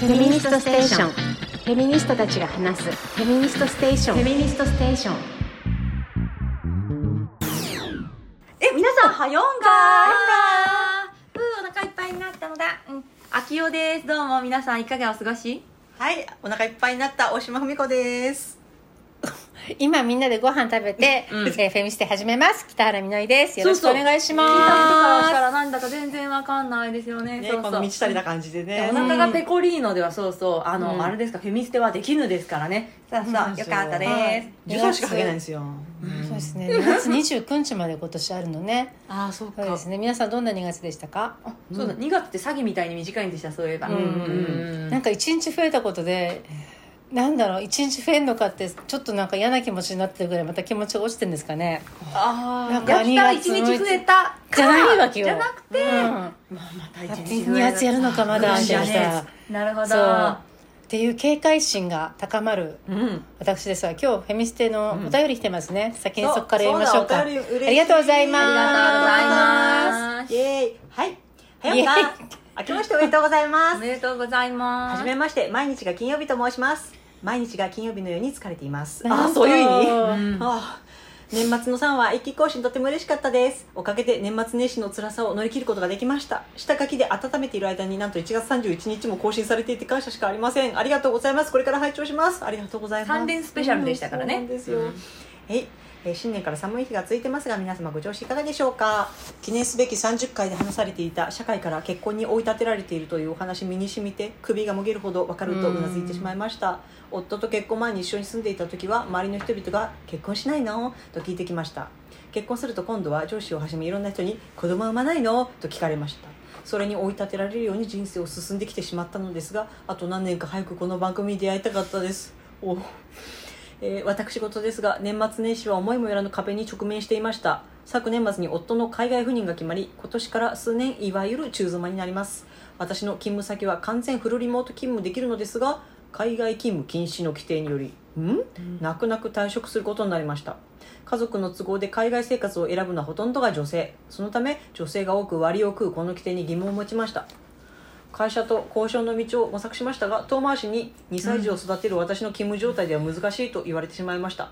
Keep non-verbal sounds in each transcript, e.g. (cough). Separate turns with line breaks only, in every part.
フェミニストステーションフェミニストたちが話すフェミニストステーションフェミニストステーション
え、皆さん、はよんがーうー、お腹いっぱいになったのだ。うん。あきおです。どうも、皆さん、いかがお過ごし
はい、お腹いっぱいになった大島文子です。
今みんなでご飯食べて、
うん
えーフェミステ始めます北原みのりですよろしく
そう
お
そう
願いしま
聞いた人からした
す
らなんだか全然わかんないですよね。
ね、
そう
こ
そう。
の満ち足りな感じでね。
お腹がペコリーノではそうそう、あの、
うん
あれですか、フェミステはできぬですからね。そうそう、よ
なんです
かったです。
す。13しか書けないんですよ。
そうですね2月29日まで今年ある
(laughs)
のね
ああ、そう
そうですね皆さんどんな2月でしたか、
あそうだ、2月って詐欺みたいに短いんでした、そういえば。
うんなんか1日増えたことでなんだろう1日増えんのかってちょっとなんか嫌な気持ちになってるぐらいまた気持ちが落ちてるんですかね
あ
なん
あ、
か
やった、
2
1
月の
日増えた。
じゃないわけよ
じゃなくて、
う
まあ、また
ん、
一
だって
日
2月やるのかまだみたいな
そうだ
さ
ねなるほ
そう
ど。
っていう警戒心が高まる
うん。
私ですわ今日フェミステのお便り来てますね、先に
そう
そこから読みましょうか
そうだお便り嬉しい
ありがとうございます
ありがとうございます
イェーイ。はい。はよ
イ
か。明けましておめでとうございま
お
す。
めでとうございま
は
す
じ。めまして、毎日が金曜日と申します。毎日が金曜日のように疲れています。
なんと
あー、そういう意味
う
ああ年末の3は一気講師にとっても嬉しかったですおかげで年末年始の辛さを乗り切ることができました下書きで温めている間になんと1月31日も更新されていて感謝しかありませんありがとうございますこれから拝聴しますありがとうございます
三連スペシャルでしたからね
うんそうなんですよ、
うん
はいえー新年から寒い日が続いてますが皆様ご調子いかがでしょうか記念すべき30回で話されていた社会から結婚に追い立てられているというお話身に染みて首がもげるほど分かるとうなずいてしまいました夫と結婚前に一緒に住んでいた時は周りの人々が「結婚しないの?」と聞いてきました結婚すると今度は上司をはじめいろんな人に「子供産まないの?」と聞かれましたそれに追い立てられるように人生を進んできてしまったのですがあと何年か早くこの番組に出会いたかったですおえー私事ですが年末年始は思いもよらぬ壁に直面していました昨年末に夫の海外赴任が決まり今年から数年いわゆる中妻になります私の勤務先は完全フルリモート勤務できるのですが海外勤務禁止の規定によりん泣く泣く退職することになりました家族の都合で海外生活を選ぶのはほとんどが女性そのため女性が多く割を食うこの規定に疑問を持ちました会社と交渉の道を模索しましたが遠回しに2歳児を育てる私の勤務状態では難しいと言われてしまいました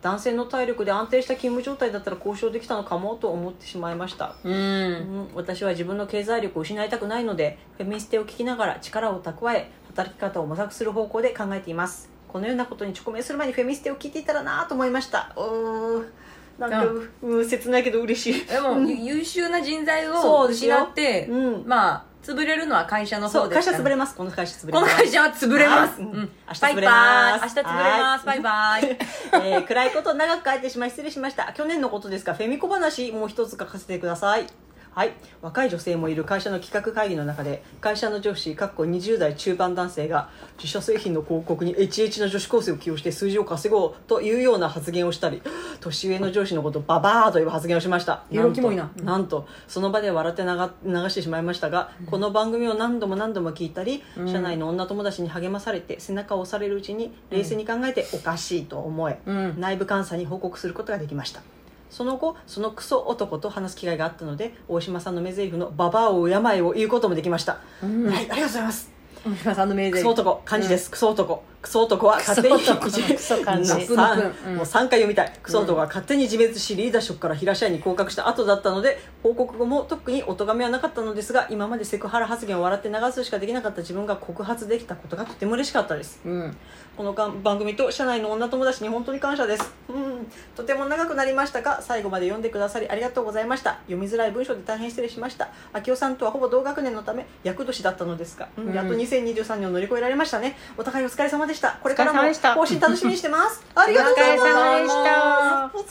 男性の体力で安定した勤務状態だったら交渉できたのかもと思ってしまいました
うん。
うん私は自分の経済力を失いたくないのでフェミステを聞きながら力を蓄え働き方を模索する方向で考えていますこのようなことに直面する前にフェミステを聞いていたらなぁと思いましたうーんなんか
う
ううん切ないけど嬉しい
でも、ゆ優秀な人材
そ
を
うですよ
失って、
うん
まあ、潰れるのは会社の
そ
方
う
で
会
す
社
から
潰れますこの会社潰れ
こ
ま
の
す
会社は潰れます。
はいうん明日
バイ
潰
バ
れます
イ。明日潰れます。バ
は
イ
い
バイ。
(laughs) えー暗いことを長く書いてしまい失礼しました去年のことですがフェミ小話もう一つ書かせてくださいはい若い女性もいる会社の企画会議の中で会社の上司かっこ20代中盤男性が自社製品の広告に HH の女子高生を起用して数字を稼ごうというような発言をしたり年上の上司のことをババアという発言をしました
色気もいいなん
となんとその場で笑って流流してしまいましたが、この番組を何度も何度も聞いたり、社内の女友達に励まされて背中を押されるうちに冷静に考えておかしいと思え、
うん
内部監査に報告することができましたその後そのクソ男と話す機会があったので大島さんの目台詞の「ババアを病を言うこともできました、はいありがとうございます
大島さんの名
ク
前
ソ男漢字です、クソ男クソ男は勝手に
クソ男のクソ漢字
うんさん
ナップのうん
もう3回読みたいクソ男は勝手に自滅しリーダー職から平社員に降格した後だったので報告後も特にお咎めはなかったのですが今までセクハラ発言を笑って流すしかできなかった自分が告発できたことがとても嬉しかったです
うん。
この番組と社内の女友達に本当に感謝です、うん、とても長くなりましたが最後まで読んでくださりありがとうございました読みづらい文章で大変失礼しました明夫さんとはほぼ同学年のため厄年だったのですが、うん
うん
やっと2023年を乗り越えられましたねお互いお疲れ様でしたこれからも
お疲れ様でした
更新楽しみにしてますありがとうございま
お
す
疲れ様でした
お疲れ様で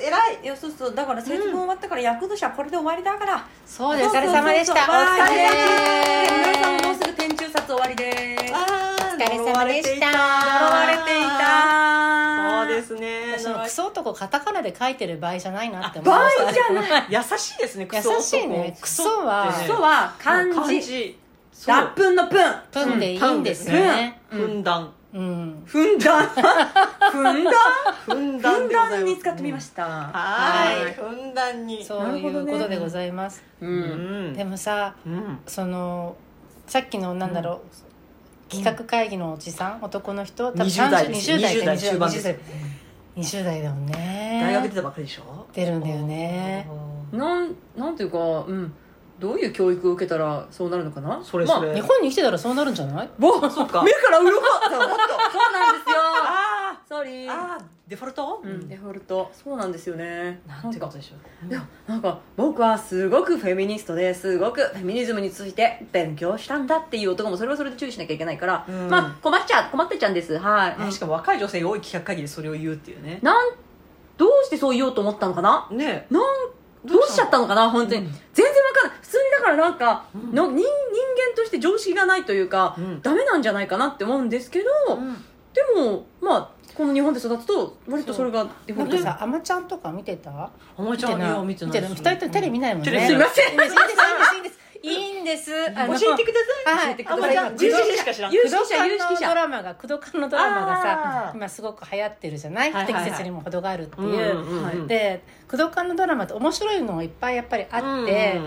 す偉い
いや、そうそう。だから、節分終わったから、役年はこれで終わりだから。
そうですお疲れ様でした
そうそうそう
お疲れ様です
バイ皆さんももうすぐ天中札終わりです。
あー
お疲れ様でした
呪われていた。
そうですね
そのクソ男カタカナで書いてる場合じゃないなって思い
場
ま
合
した
じゃない。
優しいですねクソ
優しいね
男
クソは
ってね
クソは漢字
そう
ラップンのプン。
プンでいいんですよね
ふんだん
うん
ふんだん
ふんだん。
ふんだ
ふ
ん
ん
でござ
だ
い
ん
ます
に使ってみました。
は
はい
いふんだんに
そういうことでございます
う。
うんん
でもさ
うん
そのさっきのなんだろう、企画会議のおじさん、男の人
20代です
20代か
20代中盤です
20代20代だもんね
大学出たばっかりでしょ
出るんだよね
なんなんていうか、うん、どういう教育を受けたらそうなるのかな
それそ
まあ、
れ、
日本に来てたらそうなるんじゃない
あそうか目から鱗だか
そう
らもっと
なんですよ
あ
ソーリ (laughs)
ー
ー
あーデフォルト、
うん、デフォルトそうなんですよね
なんてことでしょう
いやなんか僕はすごくフェミニストですごくフェミニズムについて勉強したんだっていう男もそれはそれで注意しなきゃいけないから、
うん
まあ困っちゃ困ってちゃうんですはい、
ねしかも若い女性が多い企画会議でそれを言うっていうね
なんどうしてそう言おうと思ったのかな
ね
なんどうしちゃったのかな本当に、
うん
全然わかんない普通にだからなんか、
うん
の人人間として常識がないというか、
うん
ダメなんじゃないかなって思うんですけど、でもまあこの日本で育つと割とそれがデフ
な
ォ
ん
ル
かさ、
ト
あまちゃんとか見てた
おもちゃんは見てない
る二人ともテレビ見ないもんね
テレビ
すいません
いいんですいいんですいいんですあの
教えてください
はい
教えてく
あ
ださ
んま
い
り
あ
重視しか知らん
有
工
識
藤
者有識
館のド
者
ラマが工藤館のドラマが
あ
さ
ー
今すごく流行ってるじゃない
は
不
いはい
適切にも程があるっていう、
うんうんうん
はい
で工藤館のドラマって面白いのもいっぱいやっぱりあって、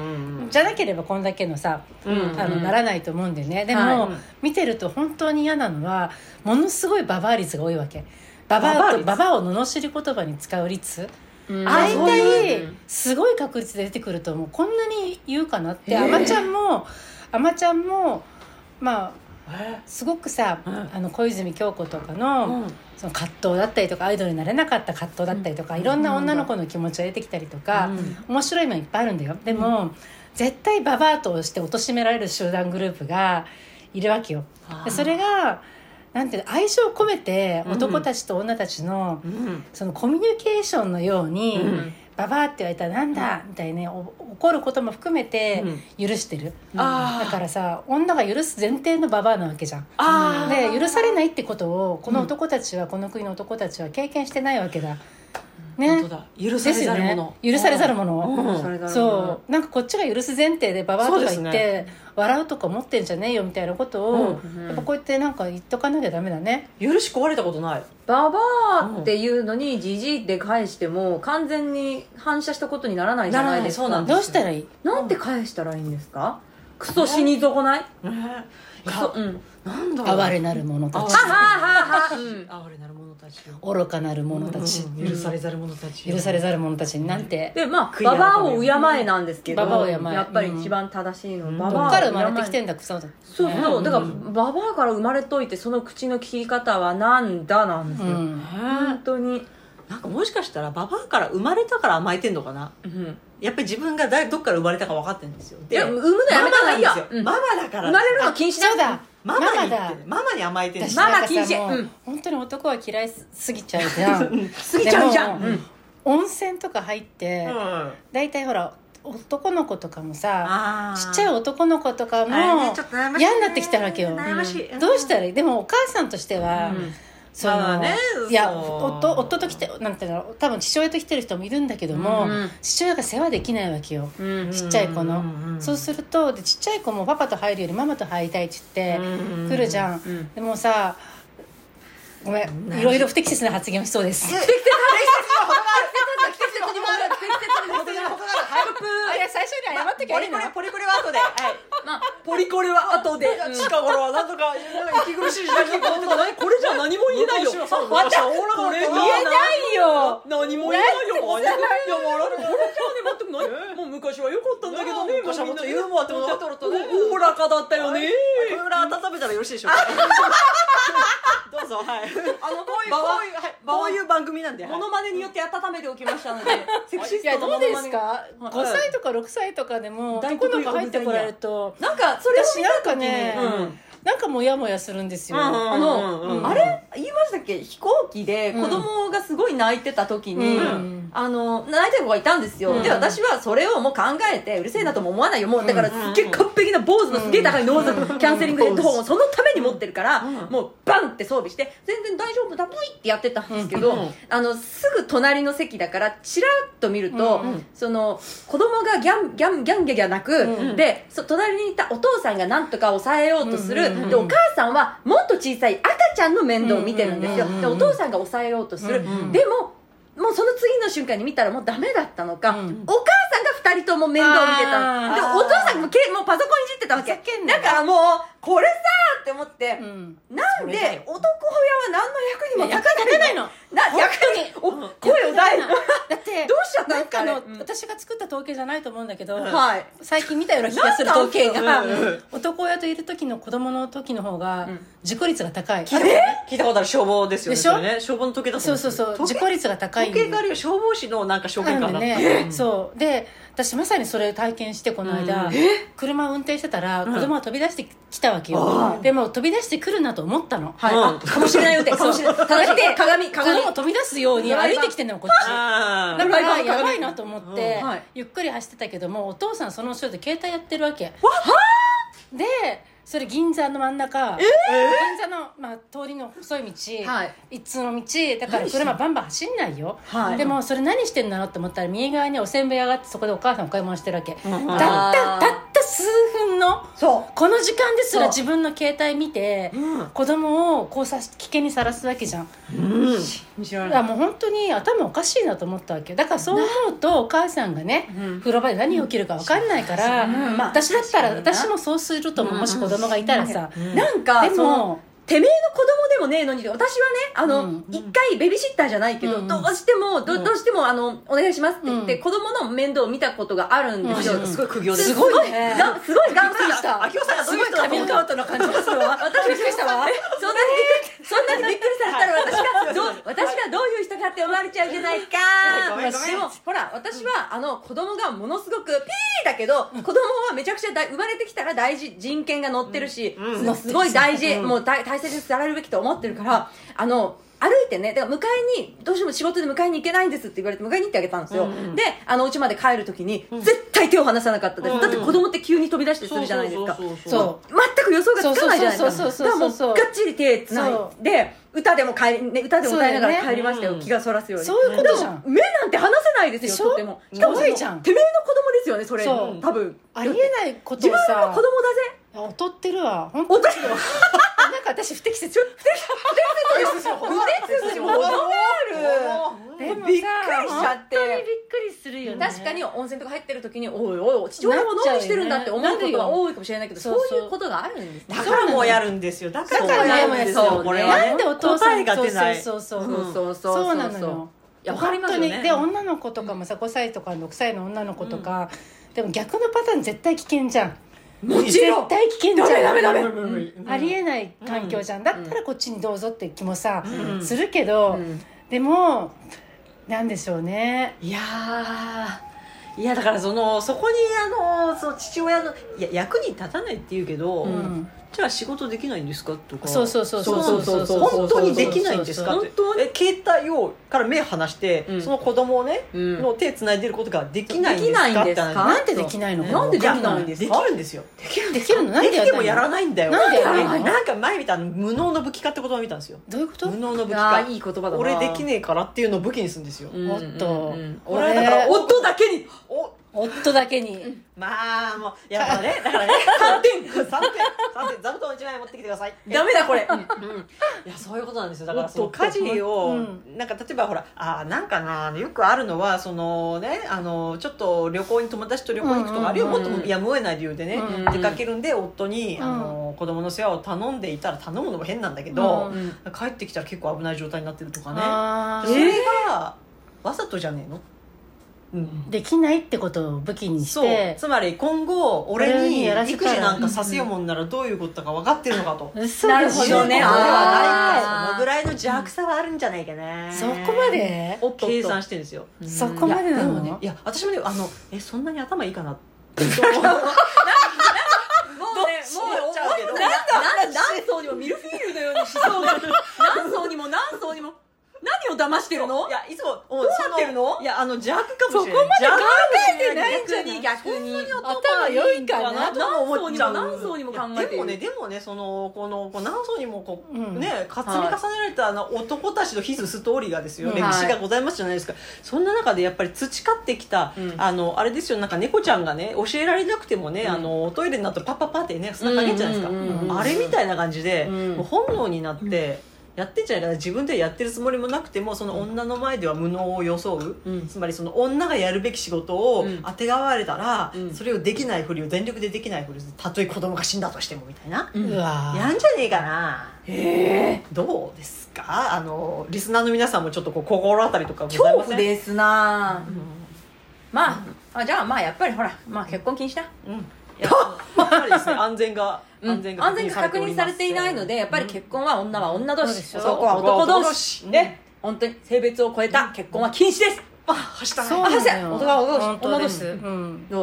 じゃなければこんだけのさ、
うん
あのならないと思うんでねでも、
は
見てると本当に嫌なのはものすごいババア率が多いわけババアとバ
バ
バアを罵り言葉に使う率
うん
大
そういう
体すごい確率で出てくると思うこんなに言うかなってあまちゃんもあまちゃんもまあすごくさ、
うん
あの小泉今日子とかの,、その葛藤だったりとかアイドルになれなかった葛藤だったりとか、いろんな女の子の気持ちを出てきたりとか、面白い面いっぱいあるんだよでも、絶対ババアとして貶められる集団グループがいるわけよでそれがなんていうの愛情を込めて
うん
男たちと女たちの、そのコミュニケーションのように、
うん
ババアって言われたらなんだみたいなねお怒ることも含めて許してる、だからさ女が許す前提のババアなわけじゃん
あ
で許されないってことをこの男たちは、この国の男たちは経験してないわけだね
許さ
で
れ
すよ
ざる
ね
者
許されざる者
それだろ
そうなんかこっちが許す前提でババアとか言っ
そう
て、
ですね
笑うとか思ってんじゃねえよみたいなことを、
う
やっぱこうやってなんか言っとかなきゃダメだね
許し壊れたことない
ババアっていうのにじじいって返しても完全に反射したことにならないじゃないですか
なら
な
なんい
どうしたらいい
て返したらいいんですかクソ死に損ないクソうん
なんだ
哀れなる者たち
ははははうん
哀れなる者たち
愚かなる者たち、
許されざる者たち
許されざる者たちになんて、
でまあ
悔い
バ
改め
バアを敬えなんですけど
ババアを敬え
やっぱり一番正しいのはバ
ど
バ
っ
アを
から生まれてき
敬え
てんだ草野
そうそうだからババアから生まれといてその口の利き方はなんだなんです
う
よ
ん
本当に
なんかもしかしたらババアから生まれたから甘えてんのかな
うん
やっぱり自分が誰どっから生まれたか分かってるんですよ
い
で
や産むのや
マ
めた方が
マないん
い
で
よ
すよ
うん
ママだから
生まれるの禁止だ
そうだ
ママ
ママ
に言って
だ
るママに甘えてる
私
ママ
なんかさ
禁止
もう
うん
本当に男は嫌いすぎちゃうじゃん
過ぎちゃうじゃん
でも
うん
温泉とか入って
うん
大体ほら男の子とかもさ
あ
ちっちゃい
い
男の子とかも
あれねちょっと悩ましいね
嫌になってきたわけよ
悩ましい
どうしたらいいでもお母さんとしては
ん
その
まあね
いや
そう
夫夫と来てなんていうの多分父親と来てる人もいるんだけども
うん
父親が世話できないわけよ
うん
ちっちゃい子の
うんうん
そうするとでちっちゃい子もパパと入るよりママと入りたいって言って来るじゃん、
ん
でもさごめんいろいろ不適切な発言をしそう (laughs) ですあいや最初に謝っとき
ポ
ゃい
リ
い
コ
の
レポリコレは後で、はい、
まあ
ポリコレは後で、近頃はなんとかなんか息苦しい時期があ (laughs) ってこれじゃ何も言えないよ私はおおらかったな
ないよ
何も言えないよいや笑うこれじゃあね全くないもう昔は良かったんだけどね昔はもっとユーモアってものがおおらかだったよねこれ裏温めたらよろしいでしょう (laughs) かどうぞはい
あのこういう
場
こ
は
ういうはい
こういう番組なんで
モノマネによって温めておきましたのでセクシ
い
ス
や
トの
ど
モ
う
ノ
で
マ
す
ネ
か5歳とか6歳とかでも
大
男
得
の
意
子入ってこられると
なんかそれを
私
見
なん
た
か
時に
ね、
うん
なんかモヤモヤするんですよ、
あの、
うんうんうん
あれ言いましたっけ飛行機で子供がすごい泣いてた時に、
うん
あの泣いてる子がいたんですよ、
うん
で私はそれをもう考えてうるせえなとも思わないよもうだから
う
す
んうんうん
っげえ完璧な坊主のすげえ高いノーズキャンセリングヘッドホンをそのために持ってるから、
うん
もうバンって装備して全然大丈夫だブイってやってたんですけど、
うんうん
あのすぐ隣の席だからちらっと見ると、
うん
うん
その子供がギャンギャンギャンギャンギャン泣く、
うん
でそ隣にいたお父さんがなんとか抑えようとする、
うんうんうん
でお母さんはもっと小さい赤ちゃんの面倒を見てるんですよ、
うんうんうん
でお父さんが抑えようとする、
うんうん
でももうその次の瞬間に見たらもうダメだったのか、
うん
お母さんが2人とも面倒を見てたの
あ
で
ー
お父さんもけもうパソコンいじってたわけ
ふざけんな
だからもうこれさって思って、
うん
なん
それだよ
で男親は何の役にも立
役
た
立た
な
ないい
の
の
な役にお声を大
だって
(laughs) どうしちゃったん
な
で
ん
す
か
かあ
あ
れ
の、
うん
私が作った統計じゃないと思うんだけど、
はい
最近見たような気がする統計が、
なんだうん
男親といる時の子供の時の方が
ん
自己率が高い、
聞いたことある消防ですよね
でしょ
それね消防の時計だと
そ
思
うそうそう
時
自
計
己率が高い
時計があるよ消防士のなんか証
ある
言
んだ
かな
ね、そうで私まさにそれを体験してこの間、車を運転してたら子供が飛び出してきたわけよ、でも飛び出してくるなと思ったの、
はい、
うん
あかもしれないよってかもしれない正しく鏡
子供
鏡
も飛び出すように歩いてきてんのよこっち
(laughs) あ
だ
ー
からやばいなと思って、
うんはい
ゆっくり走ってたけどもお父さんその後ろで携帯やってるわけでそれ銀座の真ん中、銀座の、まあ、通りの細い道、
はい
一通の道だから車バンバン走んないよ、
はい
でもそれ何してんだろうと思ったら右側におせんべい屋があってそこでお母さんお買い物してるわけ、
ん
たった
あー
たった数分の
そう
この時間ですら
そ
自分の携帯見て、
うん
子供をこうさ危険にさらすわけじゃん
うん
見知ら
だ
な
か
い
らもう本当に頭おかしいなと思ったわけだからそう思うとお母さんがね、風呂場で何が起きるか分かんないから、
うんまあ
私だったら
確かにな
私もそうすると思うもし子供がいたらさ、
なんか
で
その
も
てめえの子供でもねえのに私はねあ
う
の
ん
一、回ベビーシッターじゃないけど、
うん
どうしてもど,、
ん
どうしてもあのお願いしますって言って、
うん
子供の面倒を見たことがあるんですよ、
うん
すごい苦行ですす
ごい
ね
がすごい頑張った
あきおさんがどういう人だ
髪の毛
と思った
アウトの感じがするわ
(laughs) 私びっくりしたわ。そんなにびっくり、そんなにびっくりされたら私がどう、私がどういう人かって思われちゃうじゃないか
ごめんごめん
でも、ほら、私は、あの、子供がものすごく、ピーだけど、子供はめちゃくちゃ大生まれてきたら大事、人権が乗ってるし、
うん
すすごい大事、
うん
もう大大切にされるべきと思ってるから、あの、歩いてね、だから迎えに、どうしても仕事で迎えに行けないんですって言われて、迎えに行ってあげたんですよ。で、あの、家まで帰るときに、絶対手を離さなかったです。
うん
だって子供って急に飛び出してするじゃないですか。
そうそうそう
そう
全く予想がつかないじゃないですか
そうそうそうそうそうそう
だからもうがっちり手つない
そ
で歌でも帰り、ね、歌でも歌いなが
そうだ
ら
よね
帰りましたよ、
うん
気がそらすように
そういうことじゃん
でも目なんて離せないで
ですし
よ
ょ
とてもしかもその
怖いじゃん
てめえの子供ですよねそれ
そう
多分
ありえないこと
自
を
分の
さ
子供だぜ
いや劣ってるわ本当
お
に
かしい
なんか私不適切
腕つぶしも程がある
でもさ
びっくりしちゃって
本当にびっくりするよね
確かに温泉とか入ってる時においおい父親は何してるんだって思うことが多いかもしれないけど
な
そ
っちゃうよね
ういうことがあるんですね
だからもうやるんですよだか
だ
ら
からね
もうやるんです
そう
よ
ね
これは
な
ね
んでお父さん
答えが出ない
そうそうそうそう
そうそうそう
そうなのよ
いやわかりますよ
本当
ね
にで女の子とかもさ5歳とか6歳の女の子とか、でも逆のパターン絶対危険じゃん
もちろ
絶
ん
対危険じゃん
ダメダメダメ
うん
ありえない環境じゃん、だったらこっちにどうぞって気もさ、するけど、
ん
でもなんでしょうね
いやーいやだからそのそこにあのその父親のいや役に立たないって言うけど、
ん
じゃあ仕事できないんですかとか
そうそうそうそう
そうそうそう
そうそうそう
本当にできないんですかって
本
え携帯をから目離して、
うん
その子供をね、
うん
の手つないでることができないんです
できないん
かっ
で
て
すか
話
なんでできないの
なんでできないんです
で
か
きるんですよでき
できるのなんでや
て
ら
もや
ない
ら
の
ないんだよ
なんでやらないの
なんか前見たあの無能の武器化って言葉を見たんですよ
どういうこと
無能の武器
あ
化
ーいい言葉だな
俺できねえからっていうのを武器にするんですよ、
うん
おっと
うんうん
俺はだから
俺
夫だけにお
夫だけに、
まあもうやっぱねだからね3点3点3点座布団1枚持ってきてください
ダメだこれ
いやそういうことなんですよだからその
おっと
家事を、
う
なんか例えばほらあーなんかなよくあるのはそのねあのちょっと旅行に友達と旅行に行くとか、あるいはもっともやむを得ない理由でね、
うん
うん
出かけるんで夫に、
うん
あの子供の世話を頼んでいたら頼むのも変なんだけど、
う
帰ってきたら結構危ない状態になってるとかね
あー
それが、わざとじゃねえのうん
できないってことを武器にし
そう
て
つまり今後俺
俺
に
にやらせ
育
たら
児なんかさせようもんならどういうことだか分かってるのかと
嘘
なる
でしょ
ほどね
これは
あー
ないかそのぐらいの邪悪さはあるんじゃないかな
そこまで
おっと
計算してるんですよ
そこまでなの
いやでもねいや私もねあのえそんなに頭いいかなって
もうね
どっちも
も
や
う
っちゃうけど
なんだなんだ何層にもミルフィーユのように思想が何層にも何層にも何を騙してるの
いやいつもどう
なってるの
いやあの邪悪かもしれな
そ
い
こまで考えて
邪悪かもし
な
れ
い逆に逆に
頭良いかな
とか思っちゃう
何層にも何層にも考えてる
いやでもねでもねそのこのこう何層にもこ
う
う、
ん
ね重ね重ねられたあの男たちのヒスストーリーがですよ、
うん
歴史がございますじゃないですか、そんな中でやっぱり培ってきた、
うん
あのあれですよなんか猫ちゃんがね教えられなくてもね、
うん
あのおトイレになるとパッパッパってね砂かけるじゃないですか、
うんうんうんうん
あれみたいな感じで、
うん
もう本能になって、やってんじゃないかな自分ではやってるつもりもなくてもその女の前では無能を装う、
うん
つまりその女がやるべき仕事を
うん
あてがわれたら、
うん
それをできないふりを全力でできないふりをするたとえ子供が死んだとしてもみたいな、
うん
うわ
やんじゃねえかなどうですかあのリスナーの皆さんもちょっとこう心当たりとかござい
恐
ませ
怖
ん
ですなぁまああじゃあまあやっぱりほら、まあ、結婚禁止だ
うん (laughs) やっぱりですね安全が
うん安全が確認されていないのでやっぱり結婚は女は女同
そうで
士
しょ
男は男
男は男
同
同
士
士
ね本当に性別を超えた結婚は禁止です
あ走ったね
そうなのよ
あそうや男が
本当で
女
す、うん、
の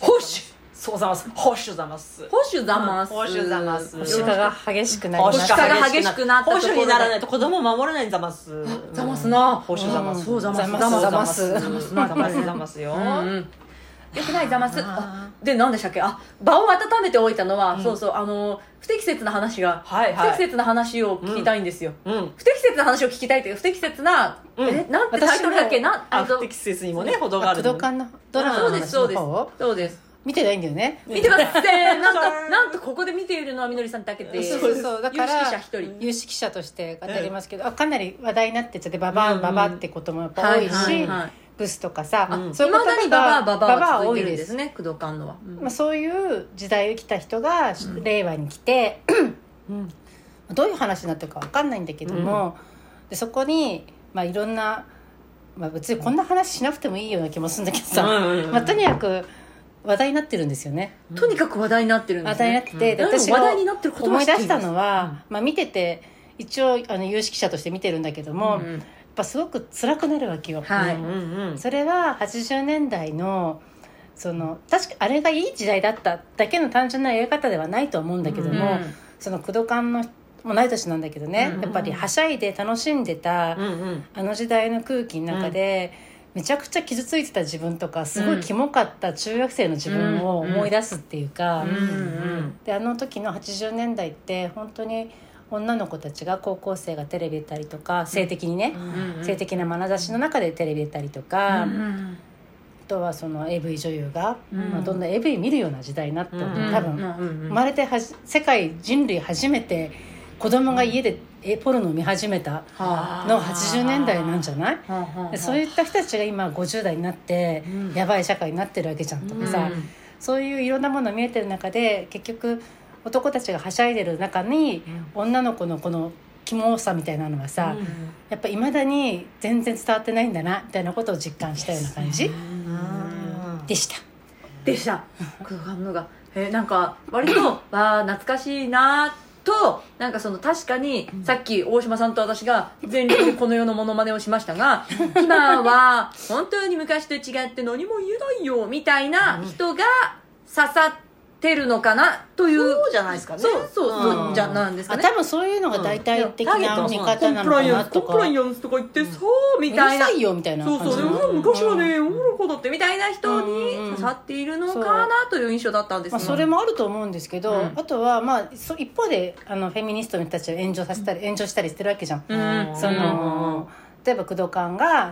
保守
そうざます保守ざます
保守ざます
保守ざます保
保守化が激しくなり
保
ま
守
した
保守
が
化
激しくな
保
保
守
守にならないと子供を守れ (laughs) ないざます
ざますな
保守ざます
そうざます
ざます
ざます
ざ
ざ
ま
ますすざますざますよ
うんうんよくないざます
あ
で何でしたっけあ場を温めておいたのは、そうそうあの不適切な話が、
はいはい
不適切な話を聞きたいんですよ、
うん
不適切な話を聞きたいという不適切な、
うん
えなんてタイトルだっけな
あ
えっと
不適切にもね程があ
あ
る
工
の
藤館のドラマ
そう
の
です
話
そう
の
です
方を
そうです
見てないんだよね
見てますせーのなん
そ
と
う
なんとここで見ているのはみのりさんだけで
そうそうそうだから
有識者一人
有識者として語りますけど、あかなり話題になってっちゃってババア、
うん
ババアってこともやっぱ多いし、
はいはいはい
ブスとかさ、
あ
そう
い
いうこ
ま
と
だに
が
ババアババア
ババ
は
ア
続
多
い
い
てるん
で
ですすね工藤官のは、うん
まあ、そういう時代を生きた人が、令和に来て、どういう話になってるか分かんないんだけども、でそこに、まあ、いろんな、まあ、別にこんな話しなくてもいいような気もするんだけどさ、
うんうんうん
まあ、とにかく話題になってるんですよね。
とにかく話題になってるんで
話
す、
題に
ね、
なってて、で
うん
私が
話題になってることは
思
知
い
って
出
います
したのは、まあ、見てて一応あの有識者として見てるんだけども、やっぱすごく辛くなるわけよ。
はい
うんうん
それは80年代のその確かあれがいい時代だっただけの単純なやり方ではないと思うんだけども、
うん
その工藤館の同い年なんだけどね、
うん
やっぱりはしゃいで楽しんでた、
うんうん
あの時代の空気の中で、めちゃくちゃ傷ついてた自分とかすごいキモかった中学生の自分を思い出すっていうか、
うんうん
であの時の80年代って本当に女の子たちが高校生がテレビ出たりとか性的にね、
うん
性的な眼差しの中でテレビ出たりとか。
うん
あとはその AV 女優が、
うん
まあ、どんな AV 見るような時代になったので、
うん
多分、
うんうん
生まれてはじ世界人類初めて子供が家でえポルノを見始めた
はあ
の80年代なんじゃない
はあはあはあ
でそういった人たちが今50代になって、やばい社会になってるわけじゃんとかさ、
うん
そういういろんなもの見えてる中で結局男たちがはしゃいでる中に、女の子のこのキモさみたいなのがさ、やっぱいまだに全然伝わってないんだなみたいなことを実感したような感じでした。
でした空間のが、えーなんか割と (clears throat) わあ懐かしいなとなんかその確かにさっき大島さんと私が全力でこの世のモノマネをしましたが (laughs) 今は本当に昔と違って何も言えないよみたいな人が刺さってるのかなという
そうじゃないですかね
そうそうそう、
うん
じゃなんですか
あ
ね
多分そういうのが大体的な見方なのかなとか、う
アンスとか言ってそうみ
るさいよみたいな
そ
感
う
じ
そうで
の
も昔はね、おもろい子だってみたいな人に
うんうん
刺さっているのかなという印象だったんです
ま
が
あ、それもあると思うんですけど、
うん
あとはまあそ一方であのフェミニストの人たちを炎上させたり炎上したりしてるわけじゃん、
うん
その例えば工藤館が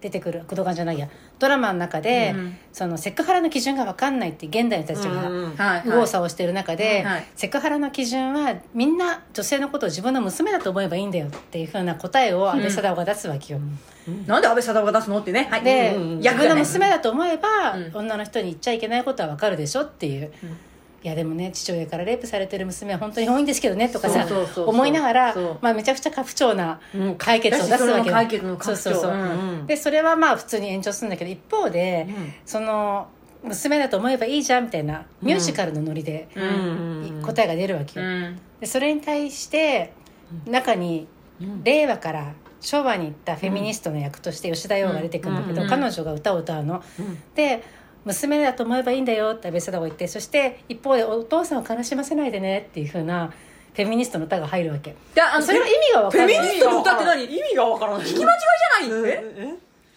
出てくる工藤館じゃないやドラマの中で、
うん
そのセクハラの基準が分かんないっていう現代の人たちが
はい
右往左往してる中で、
はい
セクハラの基準はみんな女性のことを自分の娘だと思えばいいんだよっていうふうな答えを安倍貞夫が出すわけよ、
なんで安倍貞夫が出すのってね。はい。
で、
うん
自
役が
分の
ね。
娘だと思えば、
うん
女の人に言っちゃいけないことはわかるでしょっていう、いやでもね父親からレイプされてる娘は本当に多いんですけどねとかさ
そうそうそうそう
思いながら
そう、
まあ、めちゃくちゃ過不調な解決を出すわ
だし
け
それも
よ
解決の過不調
そうそうそう、
うん
でそれはまあ普通に延長するんだけど一方で、その娘だと思えばいいじゃんみたいなミュージカルのノリで、答えが出るわけ
う
よ、
ん。
でそれに対して中に令和から昭和に行ったフェミニストの役として吉田羊が出てくるんだけど、
うんうん
彼女が歌を歌うの。で娘だと思えばいいんだよって安倍貞子が言ってそして一方で「お父さんを悲しませないでね」っていうふうなフェミニストの歌が入るわけ
で、あの、
それは意味が分
フ
か
ェ
んな
ミ
い
ニストの歌って何
意味がわからない
聞き間違いじゃないえ
え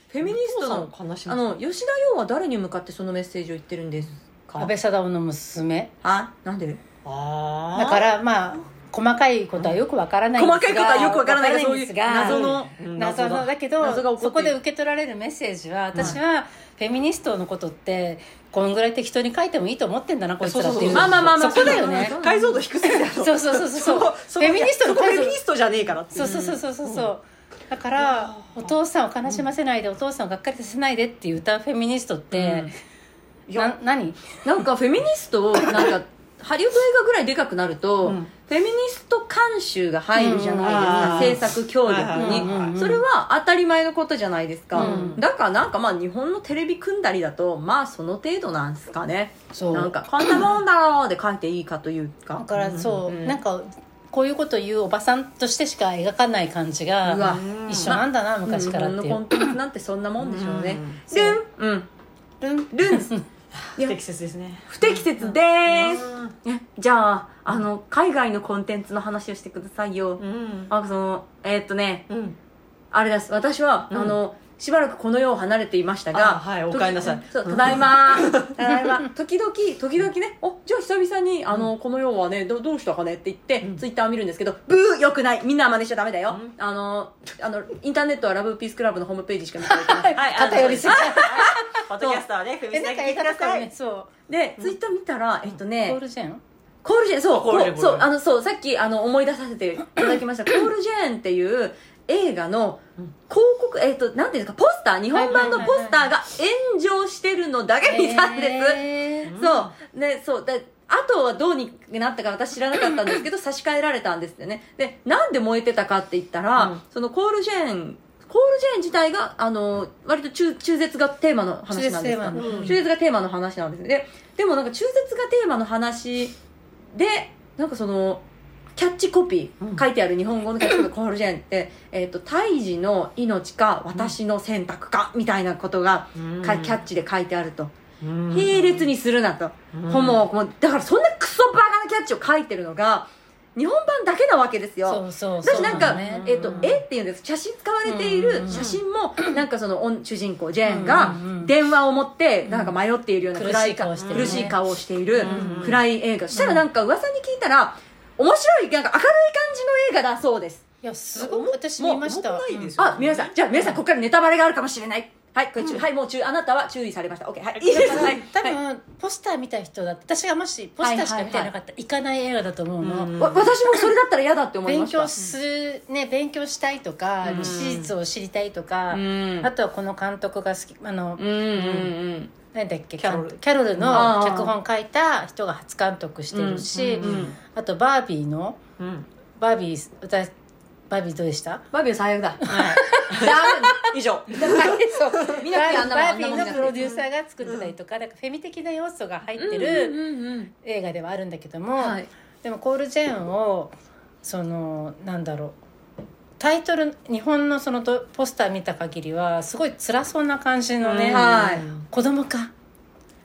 フェミニストの、
悲し
あの、吉田洋は誰に向かってそのメッセージを言ってるんですか
安倍貞夫の娘
あ、なんで
あ
だからまあ細かいことはよくわからないんですが
細かいことはよくわからないが
わ
そう
で
い
す
う
が
謎の
うん
謎のだけど
謎が起こっている
そこで受け取られるメッセージは私はフェミニストのことってこんぐらい適当に書いてもいいと思ってんだなこいつらっていう
まあまあまあまあ
そこだよね
そう
解像度低すぎだろ
そうそうそうそう
こそ
フ
こ
ェミニストの
そこフ
解像
ェ
度
ミニストじゃねえからって
そうそうそうそうそうそうだからお父さんを悲しませないで、お父さんをがっかりさせないでっていう歌うフェミニストって、な何
なんかフェミニストをなんかハリウッド映画ぐらいでかくなると、
うん
フェミニスト監修が入るじゃ
うん
ないですか、制作協力に、
はいはいはい
それは当たり前のことじゃないですか、
うん
だからなんかまあ日本のテレビ組んだりだとまあその程度なんですかね
そう
なんかこんなもんだろうで書いていいかという
だ
か
からそう、
うん
なんかこういうこと言うおばさんとしてしか描かない感じ
う
が
わ
一緒なんだな、昔からっ
日
て
本
い
のコ
う
ンテンツなんてそんなもんでしょうね、ルンうん
ルン
ルン
不適切ですね
不適切でーす、えじゃああの海外のコンテンツの話をしてくださいよ、
うん
あそのえーっとね
うん
あれです私は、
うん
あのしばらくこの世を離れていました
あ
が
はい
時
お帰りなさい
そうただいま
(laughs)
ーただいま時々時々ねおじゃあ久々にあの、この世はねどどうしたかねって言って、ツイッター見るんですけどブーよくないみんなは真似しちゃダメだよ、
う
あのあのインターネットはラブピースクラブのホームページしか見て
(laughs)
ないはいあの
偏りすぎ
ポッドキャスターねフェミ
え
ニス
な
ト
んか
聞
言い
いてくだ
方か
さ
ら
い
ねそう
でツイッター見たらえっと
コ
ね、
ールジェーン
コールジェーン、そう、
コールジェーン
こうそ
コールジェー
う、
ン
あの、そう、さっき、あの、思い出させていただきました。コールジェーンっていう映画の広告、えっ、と、なんていうんですか、ポスター、日本版のポスターが炎上してるのだけ見たんです。
えー
そう、ね、そう、で、あとはどうになったか私知らなかったんですけど、差し替えられたんですよね。で、なんで燃えてたかって言ったら、
うん
そのコールジェーン、コールジェーン自体が、あの、割と中、中絶がテーマの話なんで
中絶テー
すか
マの
中絶がテーマの話なんですね。で、でもなんか中絶がテーマの話で、なんかその、キャッチコピ
うん
ー、書いてある日本語のキャッチコピー、コールジェーンって、えっ、と、胎児の命か、私の選択か、みたいなことが、かキャッチで書いてあると。並列にするなと。ホモをもうだからそんなクソバカなキャッチを書いてるのが日本版だけなわけですよ
そうそう
私
そう
なんか、
だね
えっと絵っていうんです写真使われている写真もなんかその女主人公ジェーンが
うんうんうん
電話を持ってなんか迷っているような暗い
苦
か
しい顔してるね
苦しい顔をしている
うん
暗い映画そしたらなんか噂に聞いたら面白いなんか明るい感じの映画だそうです
いやすごく私見ました
もう重くないですよ
あ皆さんじゃあ皆さんここからネタバレがあるかもしれないはいこれ注意はいもう注意あなたは注意されましたオッケーはいいいですはい
多
はい
分ポスター見た人だった私がもしポスターしか見てなかったら行かない映画だと思うの、
うん
わ私もそれだったら嫌だって思いま
勉
した
強する、ね、勉強したいとか、
うん
史実を知りたいとか、
うん
あとはこの監督が好きあの、
うんうん
何だっけ
キャロル
キャロル
あ
の
ー
脚本書いた人が初監督してるし、
うんうん
あとバービーの
うん
バービー私バービーどうでした
バービーは最悪だ
以上
みん
バ
なあんなもん
ー
あん
ビ
な
ーの
もんじゃない
プロデューサーが作ってたりとか,、なんかフェミ的な要素が入ってる
うん
映画ではあるんだけども、
はい
でもコールジェーンをそのなんだろうタイトル日本のそのとポスター見た限りはすごい辛そうな感じのね、
うんはい
子供か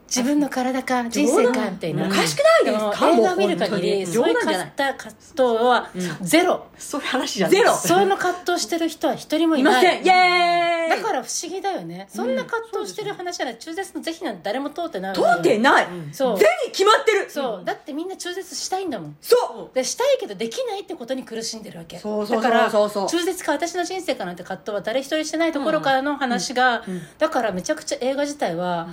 自分の体か人生かみたいな
うん
お
お
か
か
し
し
くない
で
です
も
か
映画を見る限りそういう
冗談じゃ
葛
ない
藤葛藤はゼロ、
そういう話じゃ
ゼ
(laughs)
ロ
そういうの葛藤してる人は一人もい
い
な
ま
い
せんイエー
だ
イ
から不思議だよねそんな葛藤してる話なら中絶の是非なんて誰も通ってない
通ってない
そう
全に決まってる
そうだってみんな中絶したいんだもん
そう
でしたいけどできないってことに苦しんでるわけ
そうそうそ
だ
う
から
そうそう
中絶か私の人生かなんて葛藤は誰一人してないところからの話が、だからめちゃくちゃ映画自体は、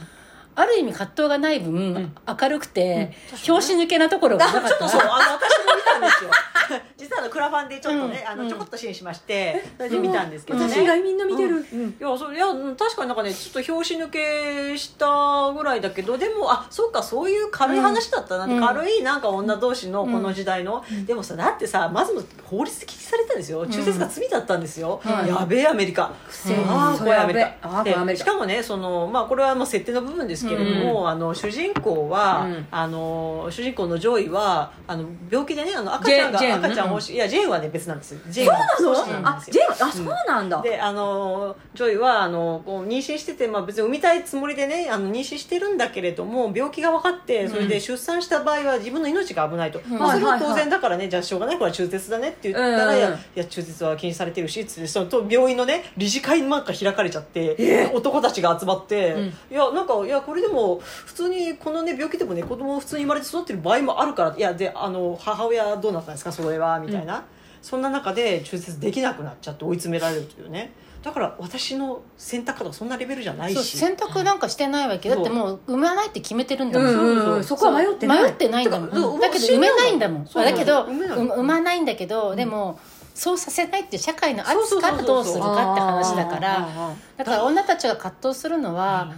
ある意味葛藤がない分、明るくて、拍子抜けなところがなかっ
ちょったとそう (laughs) あの私も見たんですよ (laughs) 実はあのクラファンでちょっとね、
うん
あ
う
の
ん
ちょこっと支援しましてそれで見たんですけどね、
私以外みんな見てる
いやそういやうん確かになんかねちょっと拍子抜けしたぐらいだけどでもあそうかそういう軽い話だったなって、
うん
軽いなんか女同士のこの時代の、でもさだってさまず法律で禁止されたんですよ中絶が罪だったんですよ、
はい
やべえアメリカ、
え
ああこれア
それや
メリ
べえあ
カ
ーこれアメ
で
リ
し
カ
かもねその、まあ、これはもう設定の部分ですけれども、あの主人公は、
うん
あの主人公のジョイはあの病気でねあの赤ちゃんが
ジェーン
赤ちゃん欲しい、いやジェーンはね別なんですよジェーンは
そう
そうなん
あ
ですよ
ジェームあそうなんだ
であのジョイはあのこう妊娠してて、まあ、別に産みたいつもりでねあの妊娠してるんだけれども病気が分かってそれで出産した場合は自分の命が危ないと、まあ、それは当然だからねじゃあしょうがないから中絶だねって言ったら、
うん
いや中絶は禁止されてるしつってそのと病院のね理事会なんか開かれちゃって、男たちが集まって、いやなんかいやこれでも普通にこのね病気でもね子供普通に生まれて育ってる場合もあるからいやであの母親どうなったんですかそれはみたいな、そんな中で中絶できなくなっちゃって追い詰められるというねだから私の選択とかそんなレベルじゃない
そう
し
選択なんかしてないわけだってもう産まないって決めてるんだもん、
うんうんそこは迷ってない
迷ってないんだもん
だから
うんだけど産めないんだもん
そう
だけど
産めない
産産まないんだけどでもそうさせないっていう社会の圧からどうするかって話だからだから女たちが葛藤するのは、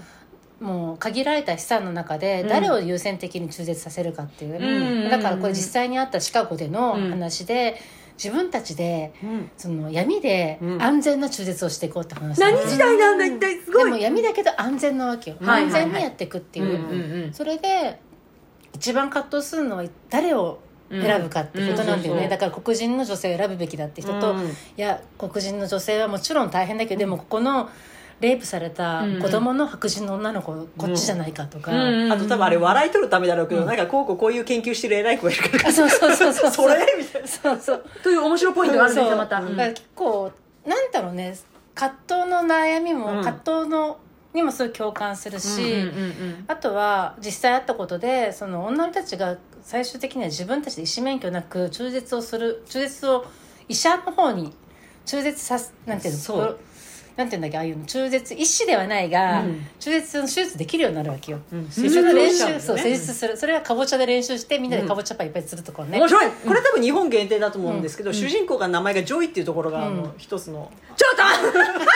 もう限られた資産の中で誰を優先的に中絶させるかっていう、
うん
だからこれ実際にあったシカゴでの
うん
話で、自分たちで
うん
その闇で
うん
安全な中絶をしていこうって話だね、
何時代なんだ一体すごい
でも闇だけど安全なわけよ、
はいはいはい
安全にやっていくっていう、
うんうん
それで一番葛藤するのは誰を選ぶかってことなんだよね、
うんうん
だから黒人の女性を選ぶべきだって人と、
うん
いや黒人の女性はもちろん大変だけど、でもここのレイプされた子供の白人の女の子、こっちじゃないかとか、
うん
あと多分あれ笑い取るためだろうけど、なんかこうこうこういう研究してる偉い子がいるから
あ (laughs) そうそうそうそう
それみたいな
そうそう
という面白いポイントがあるんですよまた
そうだから結構なんだろうね葛藤の悩みも、
うん
葛藤のにもすごい共感するし、
うん
あとは実際あったことでその女たちが最終的には自分たちで医師免許なく中絶をする中絶を医者の方に中絶さすなんていうの
そう
なんていうんだっけああいうの中絶医師ではないが、中絶の手術できるようになるわけよ、
うん
それの練習、
うん
そう施術するそれはかぼちゃで練習してみんなでかぼちゃパンいっぱいするところね、
面白い
これ多分日本限定だと思うんですけど、主人公が名前がジョイっていうところが、あ
うん
の一つの
ちょっと待って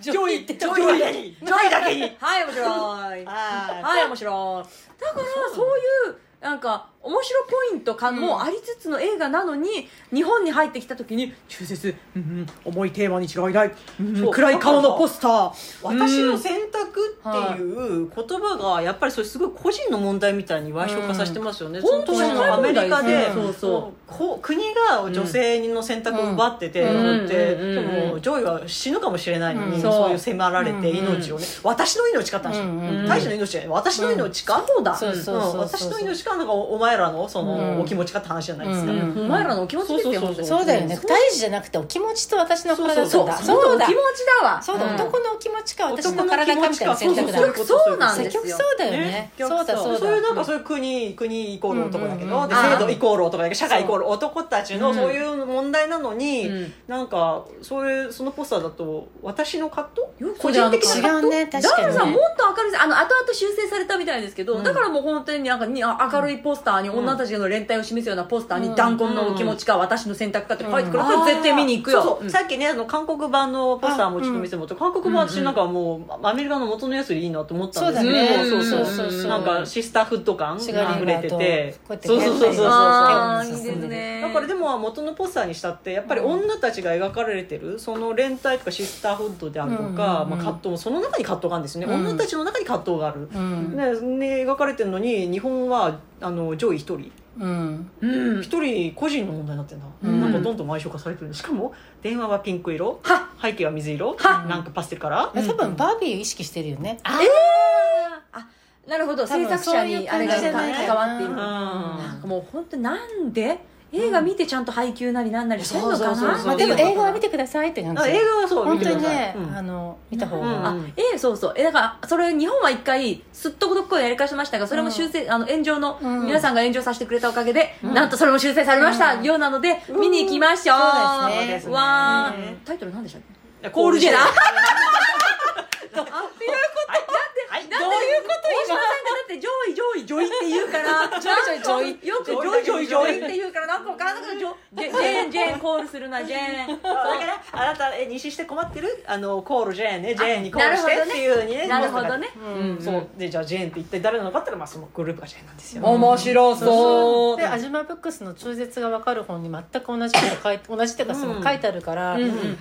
ジョイってジョ
ジョイ
イだけにジョイだけに
(laughs) はい面白
(laughs)
い
あ
はい面白いだからそういうなんか面白ポイント感もありつつの映画なのに、日本に入ってきた時に中絶、うんうん、重いテーマに違いない、うんうん
そう
暗い顔のポスター
私の選択っていう言葉がやっぱりそれすごい個人の問題みたいに矮小化させてますよね、その当時のアメリカで、
うんそうそ
こ国が女性の選択を奪ってて、
うん
で
うん
でもジョイは死ぬかもしれないのに、
うん
そう
そういう迫られて命をね、私の命かって話、
うんうん
大使の命じゃない私の命か、そうだ
そうそうそうそう
私の命かなんかおお前らのその、
うん
お気持ちかって話じゃないですか、
うん
お前らのお気持ちですよ
そうそうそう
そうだよね
そう
大事じゃなくてお気持ちと私の体だったんだ
そう
そうだ
お気持ちだわ
そうだ、
ん
男のお気持ちか私の体かみたいな選択だ
そうそうそうそうなんですよ
結局そうだよね
ね
そうだそうだ
そういうなんかそういう国国イコール男だけど、
うんうん
で
あー
制度イコール男だけど社会イコール男たちのそういう問題なのに、
うん
なんかそういうそのポスターだと私の葛
よ
藤
く
個人的
違
な
うね
だ
確
か
からに
さも
ね
っと明るいあの後々修正されたみたいですけど、だからもう本当になんかにあ明るいポスターに、女たちの連帯を示すようなポスターに、弾痕のお気持ちか、私の選択かって書いてくれたら絶対見に行くよ
そうそうさっきねあの韓国版のポスターもちょっと見せてもらった韓国版私なんかもう、アメリカの元のやつでいいなと思ったんですけど
そうだね
そうそ
そ
う
うそうそう
なんかシスターフッド感あ
シガリー
ふ
バ
れ
ー
て
とこう
て
やって
そうそうそうそうそう
ああ
そう
い
そう
い
そう
ですね
だからでも元のポスターにしたってやっぱり女たちが描かれてるその連帯とかシスターフッドであると
うんうんうん
か、まあ、葛藤その中に葛藤があるんですよね、
うん
女たちの中に葛藤がある、
うん
ねね、描かれてるのに日本はあの上位一人
うん
うん
一人個人の問題になってるな,、
うん
なんかどんどん矮小化されてるしかも電話はピンク色
は
背景は水色なんかパステルカラー、
多分バービーを意識してるよね
あなるほど
多
制
分
作者にあれが
そういう感じじゃない
関わっている
う
なん
うん
かもう本当なんで映画見てちゃんと配給なりなんなりしてんのかな
そうそうそうそう
まあでも映画は見てくださいって感
だか
じ
ら映画はそう
本
見て
当
く
に
ださい
ね
うん
あの見た方
うん
が
あええそうそうえだからそれ日本は一回すっとこどっこいやり返しましたがそれも修正、あの炎上の、
うん
皆さんが炎上させてくれたおかげで、なんとそれも修正されました、ようなので見に行きましょう
そうですね
そうですね
わータイトルなんでしたっけ
コールジェラ
だってどういうこと大島さんがだって上位上位上位って言うから上位上位上位よく上位上位上位って言うからなんかわからなくてジョジェジェーンジェーンコールするなジェーン
だからあなたえ妊娠して困ってるあのコールジェーンねジェーンにコールしてっていうふうにね
なるほどね
うんそうでじゃあジェーンって一体誰なのかって言ったらまあそのグループがジェーンなんですよ、
面白そう
で「アジマブックス」の中絶が分かる本に全く同じこと書いて同じっていうかその書いてあるから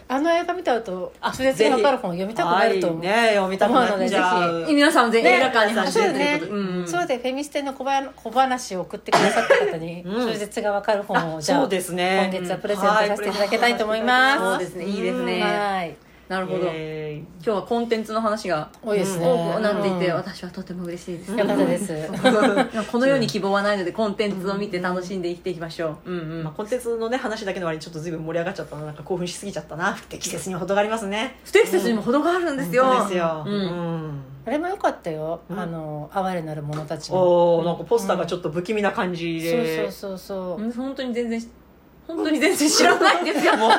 あの映画見た後中絶が分かる本読みたくなると思う
はいね読みたくなっち
(laughs)
ゃ
思う
う
の
皆さんぜひ映画館に
ね
走
そうだ
ってという
ね
ことで、
そうでフェミステの小ば小話を送ってくださった方に中絶が分かる本をじゃあ
そうですね
今月はプレゼントさせていただきたいと思います。
そうですねいいですね
はい。
なるほど
イ
今
エーイ
日はコンテンツの話が
多いですね、
多くなっていて、
うん
私はとても嬉し (laughs) いです
よかったです、
この世に希望はないのでコンテンツを見て楽しんで生きていきましょう、うんうん
まあ、コンテンツのね話だけの割にちょっとずいぶん盛り上がっちゃったななんか興奮しすぎちゃったな不適切にほどがありますね
不適切にも程があるんですよ、
そうですよ、
うん
うん
あれも良かったよ、
うん
あの哀れなる者たちの
おーなんかポスターがちょっと不気味な感じ
そうそう
で、
そうそう、
うん本当に全然し本当に全然知らないんですよ
もうお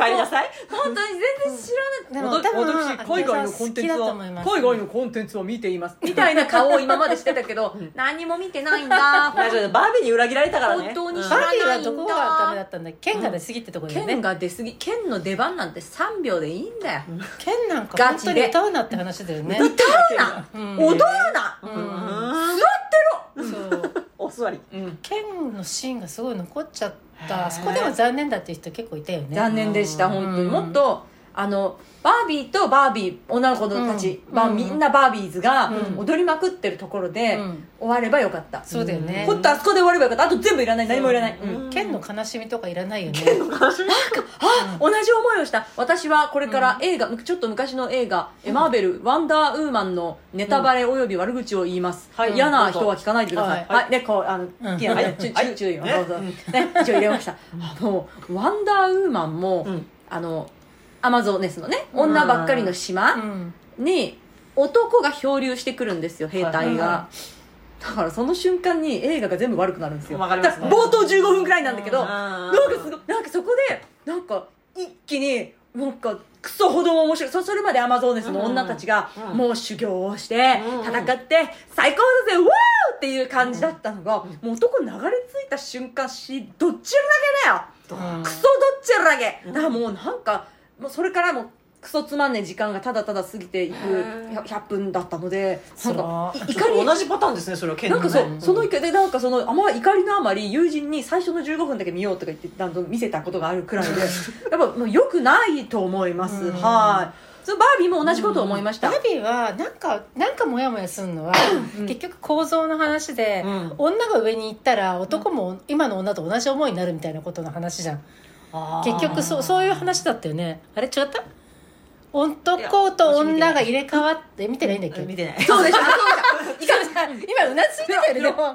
帰りなさい
本当に全然知
で
ら
も
ない
多分皆さん好きだと思います
のコンテンツを見ていますみたいな顔を今までしてたけど何も見てないんだ
大丈夫バービーに裏切られたからね
本当に知
バー
らな
ビー
い
は
んだ
どこがダメだったんだっけ剣が出過ぎってとこだよね
剣が出過ぎ剣の出番なんて3秒でいいんだよ、
剣なんか
ガ
本
チ
当
で
に歌うなって話だよね
歌うな、
うん
踊るな、
うん
うん
そう
お座り
うん
剣のシーンがすごい残っちゃっ
へ
た
ー
あそこでも残念だっていう人結構いたよね
残念でした
ん
本当に
うん
もっとあのバービーとバービー女の子たち、
うん
まあ
うん
みんなバービーズが
うん
踊りまくってるところで、
うん
終わればよかった
そうだよね
ほっとあそこで終わればよかったあと全部いらない何もいらない、うん
剣の悲しみとかいらないよね
あ同じ思いをした私はこれから映画、ちょっと昔の映画「えマーベルワンダーウーマン」のネタバレおよび悪口を言います、
はい
嫌な人は聞かないでください、
は
はいねこうあの、
ん
いや
はい
ちゅ
はい
注意を
ね
どうぞ、ね、一応入れましたあのワンダーウーマンも、
うん
あのアマゾネスのね女ばっかりの
う
島
ん
に男が漂流してくるんですよ兵隊が、
は
だからその瞬間に映画が全部悪くなるんですよ
わかります
だ
ね
ら冒頭15分くらいなんだけど、な
な
んかすごいなんかそこでなんか一気になんかクソほども面白いそそれまでアマゾネスの女たちが
うんうん
もう修行をして
うんうん
戦って最高だぜわーっていう感じだったのがもう男流れ着いた瞬間しどっちらげだよクソどっちらげだからもうなんかもうそれからもうクソつまんねえ時間がただただ過ぎていく
へ
100分だったのでなんか
そう
い
ち
怒
ょっ
り
と同じパターンですねそれは剣
なんかそう、
ね
その勢いでなんかそのあまり怒りのあまり友人に最初の15分だけ見ようとか言ってあの見せたことがあるくらいでやっぱもう良くないと思います、
うん
はいそのバービーも同じことを思いました、
ダビーはなんかなんかモヤモヤするのは、結局構造の話で、
うん
女が上に行ったら男も今の女と同じ思いになるみたいなことの話じゃん結局そうそういう話だったよねあれ違った男と女が入れ替わって見てないんだっけ
見てない
そうでしょ
(laughs) 今うなずいてたよねでも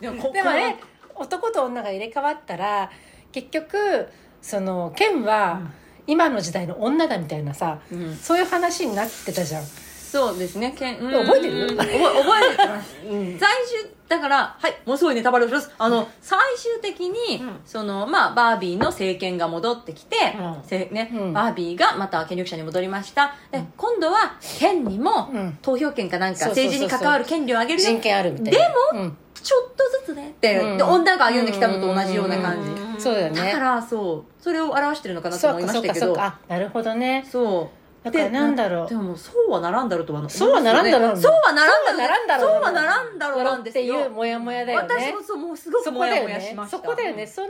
でもこ
でもね男と女が入れ替わったら結局その剣は今の時代の女だみたいなさ、
ん
そういう話になってたじゃん
そうですねけんうん
覚えてる
覚え覚えてます最終だからはいもうすごいネタバレをしますあの最終的に、
うん
そのまあバービーの政権が戻ってきて、
うん
せね
うん
バービーがまた権力者に戻りましたで、今度は県にも
うん
投票権かなんか
そうそうそう
政
そう
治に関わる権利を上げるよ
人権あるみたいなでも、うん
ちょっとずつねって、
うん
で女が歩んできたのと同じような感じ、
うん
そうだよね
だからそうそれを表してるのかなと
そ
思
う
い
か
ま
そ
し
う
た
か
け
そう
ど
かあなるほどね
そう
だからなんだろ
で
う
もそうはならんだろうとは思います
そうはならんだろう
ねそうはならんだろう
そう
そう
は
は
な
な
ら
らんだろうなん
っ
です
てい
よ
うモヤモヤだよね
私もそうもうすごく
そこ
モ
だ
ヤ
よ
モヤし
ね
ました
そこだよねその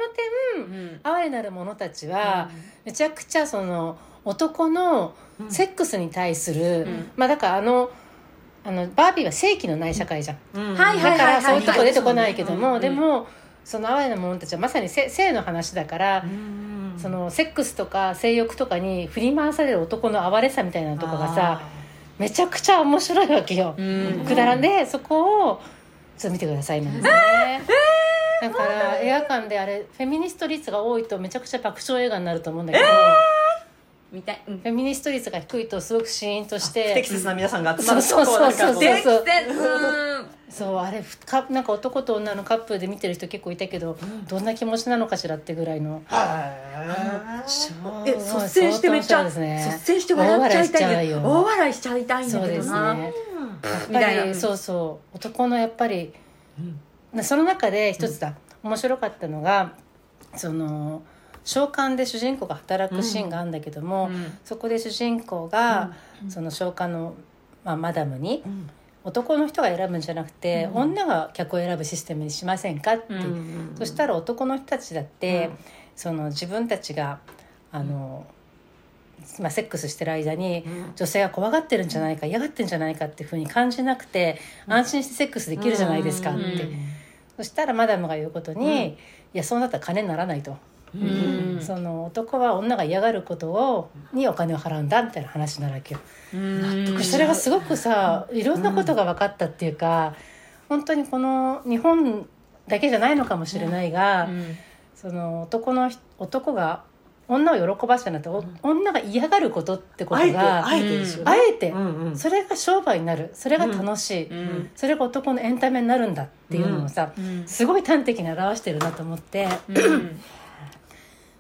点、
うん
哀れなる者たちは、めちゃくちゃその男のセックスに対する、
ん
まあだからあのあのバービーは正規のない社会じゃん、
はいはい
だからそういうとこ出てこ
い
ないけども、
うん
でもその哀れな者たちはまさに性性の話だから、そのセックスとか性欲とかに振り回される男の哀れさみたいなとこがさめちゃくちゃ面白いわけよ、
うん
くだらんでそこをちょっと見てくださいなんですね、だから映画館であれフェミニスト率が多いとめちゃくちゃ爆笑映画になると思うんだけど、
みたいうん
フェミニスト率が低いとすごくシーンとし
不適
て
切な皆さんが集ま
そう
る
そうそうそうそ
こ
う
なん
う
か
そう
うん
そうあれふかなんか男と女のカップルで見てる人結構いたけどどんな気持ちなのかしらってぐらいの
は
え率先してめっち
相当面白
ゃ
いですね
率先して笑っちゃいたいんだけど
大
大笑いしちゃいたいんだ
そう
け
で
ど
す
な
ね
み
やったぱ
い
り
な
そうそう男のやっぱり、なその中で一つだ、面白かったのがその召喚で主人公が働くシーンがあるんだけども、
うん
そこで主人公が、その召喚の、まあ、マダムに、
ん
男の人が選ぶんじゃなくて、女が客を選ぶシステムにしませんかって、
うんうん
そしたら男の人たちだって、その自分たちがあの、まあ、セックスしてる間に女性が怖がってるんじゃないか嫌がってんじゃないかっていうふうに感じなくて安心してセックスできるじゃないですかって、
うん
そしたらマダムが言うことに、いやそうなったら金にならないと。
うん
その男は女が嫌がることをにお金を払うんだみたいな話になるわけよ。
納得
それがすごくさいろんなことが分かったっていうか、本当にこの日本だけじゃないのかもしれないが、その男の人男が女を喜ばしたなって、お女が嫌がることってこ
あ
と
えて
が
あ
あ
えてですよね
えて、
うんうん
それが商売になるそれが楽しい、
うん
それが男のエンタメになるんだっていうのをさ、
うん
すごい端的に表してるなと思って
うん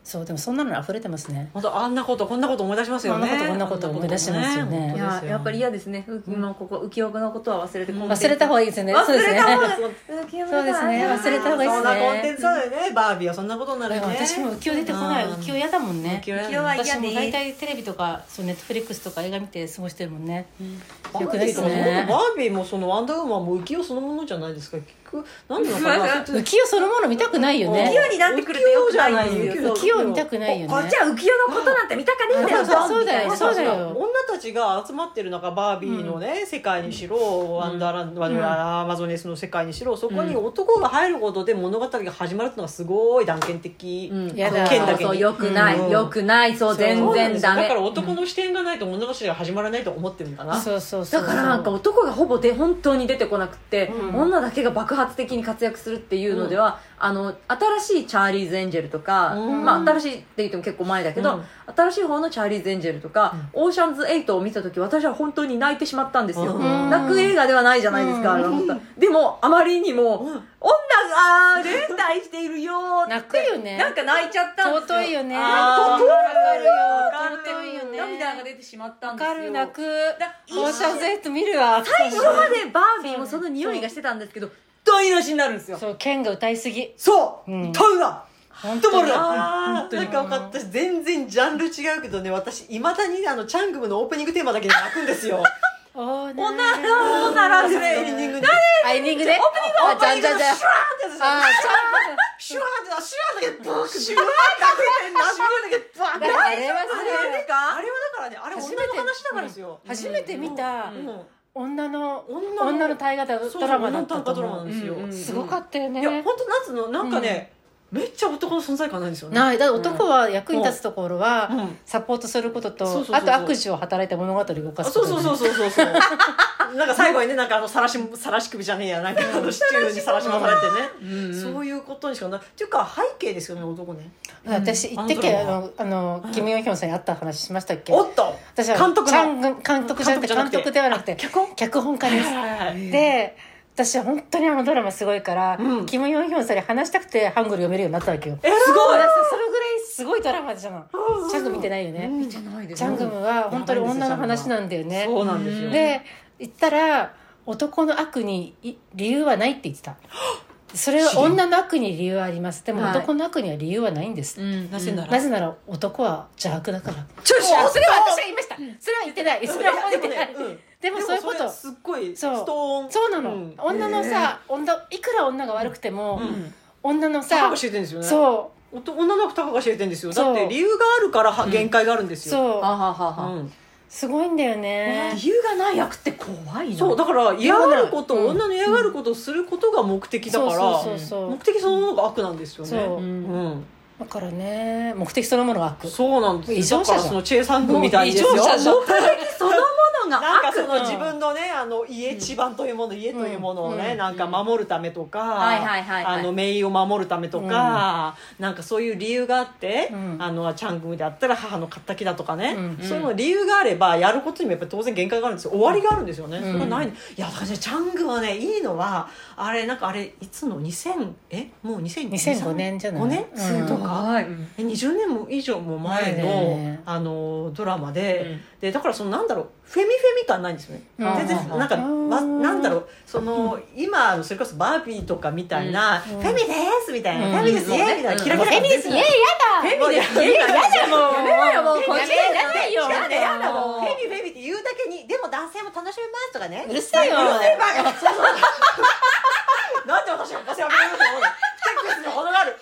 そうでもそんなの溢れてますね。
本当あんなことこんなこと思い出しますよね
あんなことこんなこと思い出しますよね
いややっぱり嫌ですね、う今ここ浮世のことは忘れてこ
忘れた方がいいですね。そうですね。
浮世
そうですね。忘れた方がいいですね。
そんなコンテンツだよねバービーはそんなことになるよね
私も浮世出てこない
うん
浮世嫌だもんね
浮世嫌だね
私も大体テレビとかそうネットフリックスとか映画見て過ごしてるもんね、よく
バ
で
ービー
す
も
ね
バービーもそのワンダーウーマンも浮世そのものじゃないですか結局なんでなのかな
浮世そのもの見たくないよね
世になってくるとよくないんですよ
浮世見たくないよね
こっちは浮世のことなんて見たかねえんだよ
そうそうだよ
みたいな
そうだよ
女たちが集まってる中バービーのね、世界にしろワンダーランド、ワンダーランドアマゾネスの世界にしろそこに男が入ることで物語が始まるってのがすごい断片的、
うん
やだ
剣だ
そう
け
そう
に
よくない、
うん
よくないそう全
そうなん
然
ですよ
ダ
だ
メ
から男の視点がないと物語が始まらないと思ってるんだな、
そうそうそう
だからなんか男がほぼで本当に出てこなくて、女だけが爆発的に活躍するっていうのでは、あの新しいチャーリーズ・エンジェルとか、
うん
まあ、新しいって言っても結構前だけど、
うん
新しい方のチャーリーズ・エンジェルとか、オーシャンズ8を見た時私は本当に泣いてしまったんですよ、
うん
泣く映画ではないじゃないですか、あれ本当にでもあまりにも、女が連帯しているよーって
泣くよね
なんか泣いちゃったんですよ
尊いよね
あー
わか
わか
るよ尊いよね
涙が出てしまった
わ
んですよ
かる泣く
よ
オーシャンズエイト見るわ
最初までバービーもその匂いがしてたんですけど台無しになるんですよ
そう剣が歌いすぎ
そう、
うん
歌うな
本
止まる
に
ななんか分かった全然ジャンル違うけどね私いまだにあのチャングムのオープニングテーマだけで泣くんですよ
おー
お
ね
ならおなら
そ
です
れエ
ね
ンディングで
あエンディングねあじゃんじゃんじゃん
シュワーってやつですよ
あーちゃん
シュワーってシュワーだけブーシュワーだけブ
だ
ー
からあれは
あれです
あ
か
れはだからねあれ女
初
の
めて
話だからですよ、
さ初めて見た
うんうん
女の
女の
女の大河
そう
ドラマだったと
ドラマ
思う
な
ん
ですよ、
うん
すごかったよね
いや本当なんつうのなんかね、めっちゃ男の存在感ないんですよね
ないだから男は役に立つところは
うん
サポートすること
そ
と
うそうそうそう
あと悪事を働いて物語を動か
あ
す
そ
こ
う
と
そうそうそうそう
(laughs)
そうなんか最後にねなんかあのさらしさらし首じゃねえやなんかあのシチューにさらしまされてね、そういうことにしかないっていうか背景ですよね男ね
私言ってっけ
うん
あのあのキム・ヨンヒョンさんに会った話しましたっけ
おっと
私は
監督の
ちゃん監督じゃなくて
監
監
督
督
じ
ではなくて
脚本
脚本家ですで私は本当にあのドラマすごいから、
うん
キム・ヨンヒョンさんに話したくてハングル読めるようになったわけよ
えすごい
だからさそれぐらいすごいドラマじゃんチャングム見てないよね、
じゃないです
チャングムは本当に女の話なんだよね
そうなんですよ
で言ったら男の悪にい理由はないって言ってたそれは女の悪に理由はありますでも
はい
男の悪には理由はないんです、
うん
なぜなら
なぜなら男は邪悪だから
ちょっと
あそれは私は言いましたそれは言ってないそれは言ってない、
うん
でもそういうこ
でも
と
それすっごいスト
そう
ーン
そうなの、
ん
女のさ、女いくら女が悪くても、
ん
女の
高
さ
が知れてるんですよね
そ
おと女の子高が知れてるんですよだ
そ
っ
う
て理由があるからは限界があるんで
う
すよ
あ
そう
ははは、
うん
すごいんだよね
理由がない役って怖いな
そうだから嫌がること、
うん
女の嫌がることをすることが目的だ
そ
か
うそ
ら、
うそうそう、
目的そのものが悪なんですよね
そう、
うん
うん、
だからね目的そのものは悪
そうなんですよ
異常者じゃん
だからそのチェ・サングみたいですよ
もう異常者じゃん
そのもの
な
が
んか
悪
その
うん
自分のねあの家地盤というもの家というものをね、
うん
なんか守るためとか、
はいはいはいはい
あの名医を守るためとか、なんかそういう理由があって、
うん
あのチャングムであったら母の敵だとかね、
うん
そういうの理由があればやることにもやっぱり当然限界があるんですよ終わりがあるんですよね、それがないいやだからねチャングムはねいいのはあれなんかあれいつの2000えもう2000
2005年じゃない
5年、
うん
とか
はい
え20年も以上も前の,、
前ね
あのドラマで,、
うん
でだからそのなんだろうフェミフェミ感ないんですよね、
うん
全然
うん
なんか、
うん
わなんだろうその、今それこそバービーとかみたいな、フェミですみたいな、
うん
フェミですイエーイみたいな、キラキラ感全然ない
や
フェミですイエーイやだもう
やめろよもうこっち
めなさいよ
やだやだもう
も
フ
う
ェミフェミって言うだけにでも男性も楽しめますとかね
うるせえよ
うるせえバカそうそう (laughs) なんで私がおかしいわけないのこのがある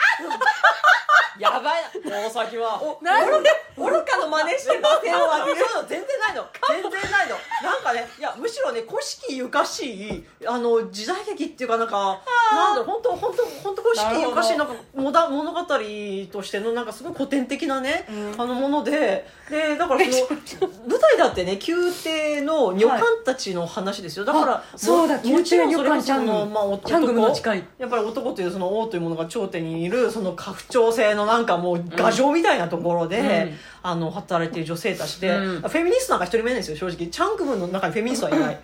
やばいなの大崎は
なんで愚かの真似してます
手を上げる全然ないの全然ないのなんかねいやむしろね古式ゆかしいあの時代劇っていうかなんかなんだろう本当本当本当古式ゆかしいなんかモダン物語としてのなんかすごい古典的なね、あのものででだからその舞台だってね宮廷の女官たちの話ですよだから、
そうだ
ももちろんそれこそそ
宮廷女
の
官
まあ男
チャングムの誓い
やっぱり男というその王というものが頂点にいるその家父長制のなんかもう牙城みたいなところで、
うん
あの働いている女性たちで、
うん
フェミニストなんか一人目なんですよ正直チャンクムンの中にフェミニストはいない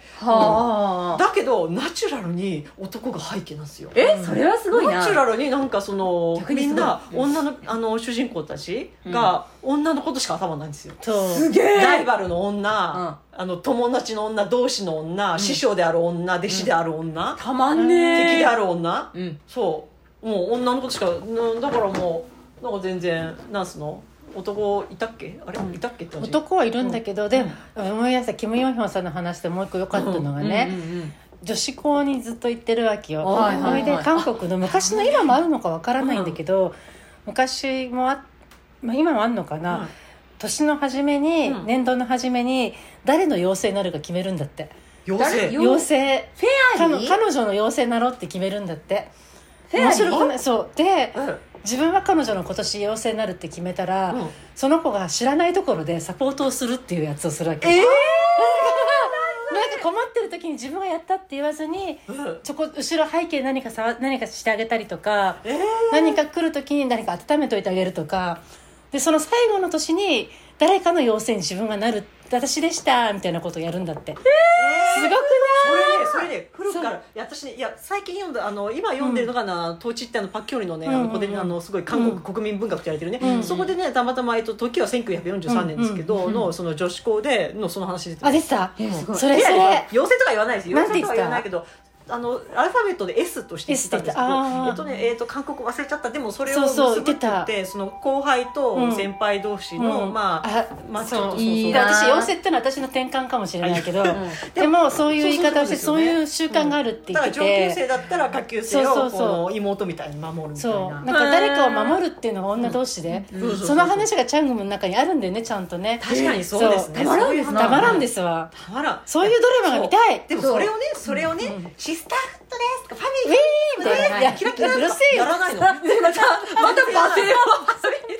はあ
だけどナチュラルに男が背景なんですよ
えそれはすごいな
ナチュラルになんかその
逆にすごい
みんな女のあの主人公たちが女のことしか頭ないんですよ
そう
すげえ
ライバルの女、あの友達の女同士の女、師匠である女弟子である女、
たまんねえ
敵である女、
うん
そうもう女のことしかなだからもうなんか全然なんすの男いたっけあれ、いたっけって話
男はいるんだけど、でも思い出したキム・ヨンヒョンさんの話でもう一個良かったのがね、女子校にずっと行ってるわけよ、
はいはいはい
それで韓国の昔の今もあるのかわからないんだけど、昔もあ、まあ、今もあるのかな、
はい
年の初めに、
うん
年度の初めに誰の妖精になるか決めるんだって
妖
誰
精
よ
妖精
フェア
彼
リー
彼女の妖精になろうって決めるんだって
フェアリー
面白くないそうで
うん
自分は彼女の今年妖精になるって決めたら、
うん
その子が知らないところでサポートをするっていうやつをするわけ、なんか (laughs) なんか困ってる時に自分がやったって言わずに
うん
そこ後ろ背景何かさ何かしてあげたりとか、
えー
何か来る時に何か温めといてあげるとかでその最後の年に誰かの妖精に自分がなる私でしたみたいなことをやるんだって、すごく
それねそれね古くからいや私ねいや最近読んだあの今読んでるのがな「統治ってあのパッキョンリのねあ
うんう
の
ん
古典あのすごい韓国国民文学って言われてるねそこでねたまたまえっと時は1943年ですけどのその女子校でのその話出て
あ
た
でした、
えすごい
それそれ
妖精とか言わないですよ。
なんて言ってた
妖精とか言わないけど。あのアルファベットで S として言ってたんですけ
S って言ってたあー
どえっとねえっと韓国忘れちゃったでもそれを
そう
結
そう
ぶって言
言
っ
ってて
その後輩と先輩同士の、
うん
まあ
あ
まあ
そう
ちょっと
いい
で
な
私妖精ってのは私の転換かもしれないけど、でもそういう言い方をして
そう
そう
そうそう
いう習慣があるって
だ
言
か
って
ら上
て
級生だったら下級生を
そうそうそう
この妹みたいに守るみたい
そうなん
な。
か誰かを守るっていうのが女同士で、
うんうん
その話がチャングムの中にあるんだよねちゃんとね
確かにそうです
た
ね。
まらんですす
ね
たまらんですわ
たまらん。
そういうドラマが見たい
でもそれをねそれをね、シスターフットですとかファミリー
みたいな
ねやキラキラ
うるせえ
や
よ
らないのまたまた罵声を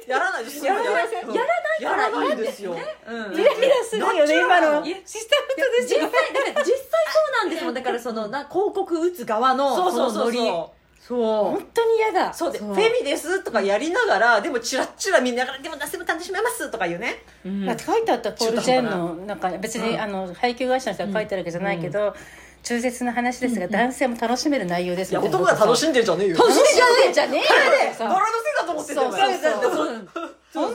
やらないですやらないやらないんですよ
キラキラするよね今の
いや
シスターフットで
実際だから実際そうなんですもんだからそのな広告打つ側の
そうそうそう
そのノ
そう
リそう
本当に嫌だ
そうで
そう
フェミですとかやりながらでもチラッチラ見ながらでも何でも楽しめますとかいうね
だって書いてあったポール・ジェンのなんか別にあの配給会社の人が書いてあるわけじゃないけど中絶の話ですが男性も楽しめる内容です
いや
みたいな
男が楽しんでんじゃねえよ楽しんで
じゃねえじゃねえよ
バラのせいだと思ってんだよ
そうそうそう
そう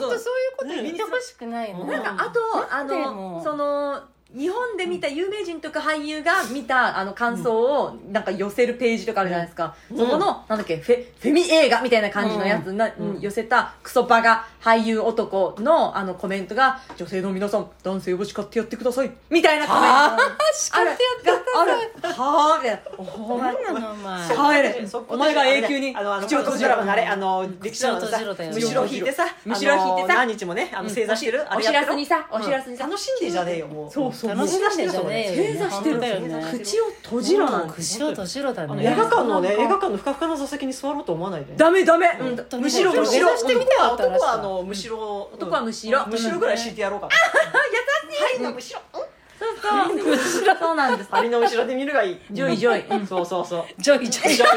本当そういうこと言ってほしくないの
なんかあとあ
でも
のその日本で見た有名人とか俳優が見たあの感想をなんか寄せるページとかあるじゃないですか、そこのなんだっけフェフェミ映画みたいな感じのやつな、寄せたクソバカ俳優男のあのコメントが「女性の皆さん男性を叱ってやってください」みたいなコメントが
叱
ある
ってやって
あるはあみたいなお前
何なのお前
帰れお前が永久に
あのあの
口を閉じ
ド
ろ
ラマのあれあの歴史のさ
口を閉じろだよ
むしろ引いてさ
むしろ引いてさ
あの何日もねあの正座してるあ
お
れ
知ら
やってろ
せにさお知らせにさ、
楽しんでじゃねえよもう
そうそう
楽しんでんじゃねえよ
正座して
本当
る
だよね
口を閉じろなんて
口を閉じろだ
あの
ね
映画館のね映画館のふかふかの座席に座ろうと思わないで
ダメダメ、うん
当に
むしろ
でも
むしろ
正座してみたかったら
男はあのむしろ
男はむしろ
むしろぐらい敷いてやろうかな優しいのむしろ
そうそうそうなんです
ありの後ろで見るがいい
ジョイジョイ
イそうそうそう
ジョイジョイ
ジョイ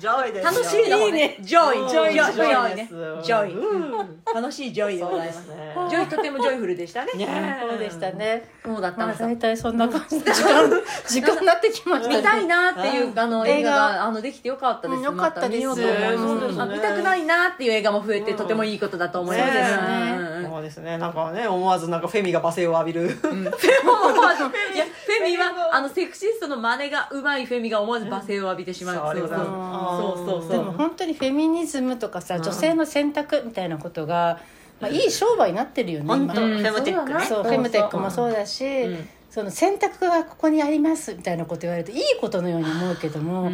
ジョイですよ
楽しいの
いいね
ジョイジョイジ
ジョイジ
ョイ
で
ね
す
ジョイ
うん
楽しいジョイでご
そう
ざい
で
ます
すね
ジョイとてもジョイフルでしたね
ね
そうでしたね
そうだった
ま
ん
あ
ですよ
大体そんな感じで時間時間になってきましたね
見たいなっていうあの
映画
映画があのできてよかったです
うんよかったです
ま見ようと思います
そうですね
あ見たくないなっていう映画も増えてとてもいいことだと思います
そうですね
うんうん
そうですねなんかね思わずなんかフェミが罵声を浴びる
思わずいやフェミはあのセクシストの真似がうまいフェミが思わず罵声を浴びてしまう
そう
そうそうそうそう
でも本当にフェミニズムとかさ女性の選択みたいなことが、まあ、いい商売になってるよね
本
今
当フェムテックね
そうフェムテックもそうだし、その選択がここにありますみたいなこと言われるといいことのように思うけども、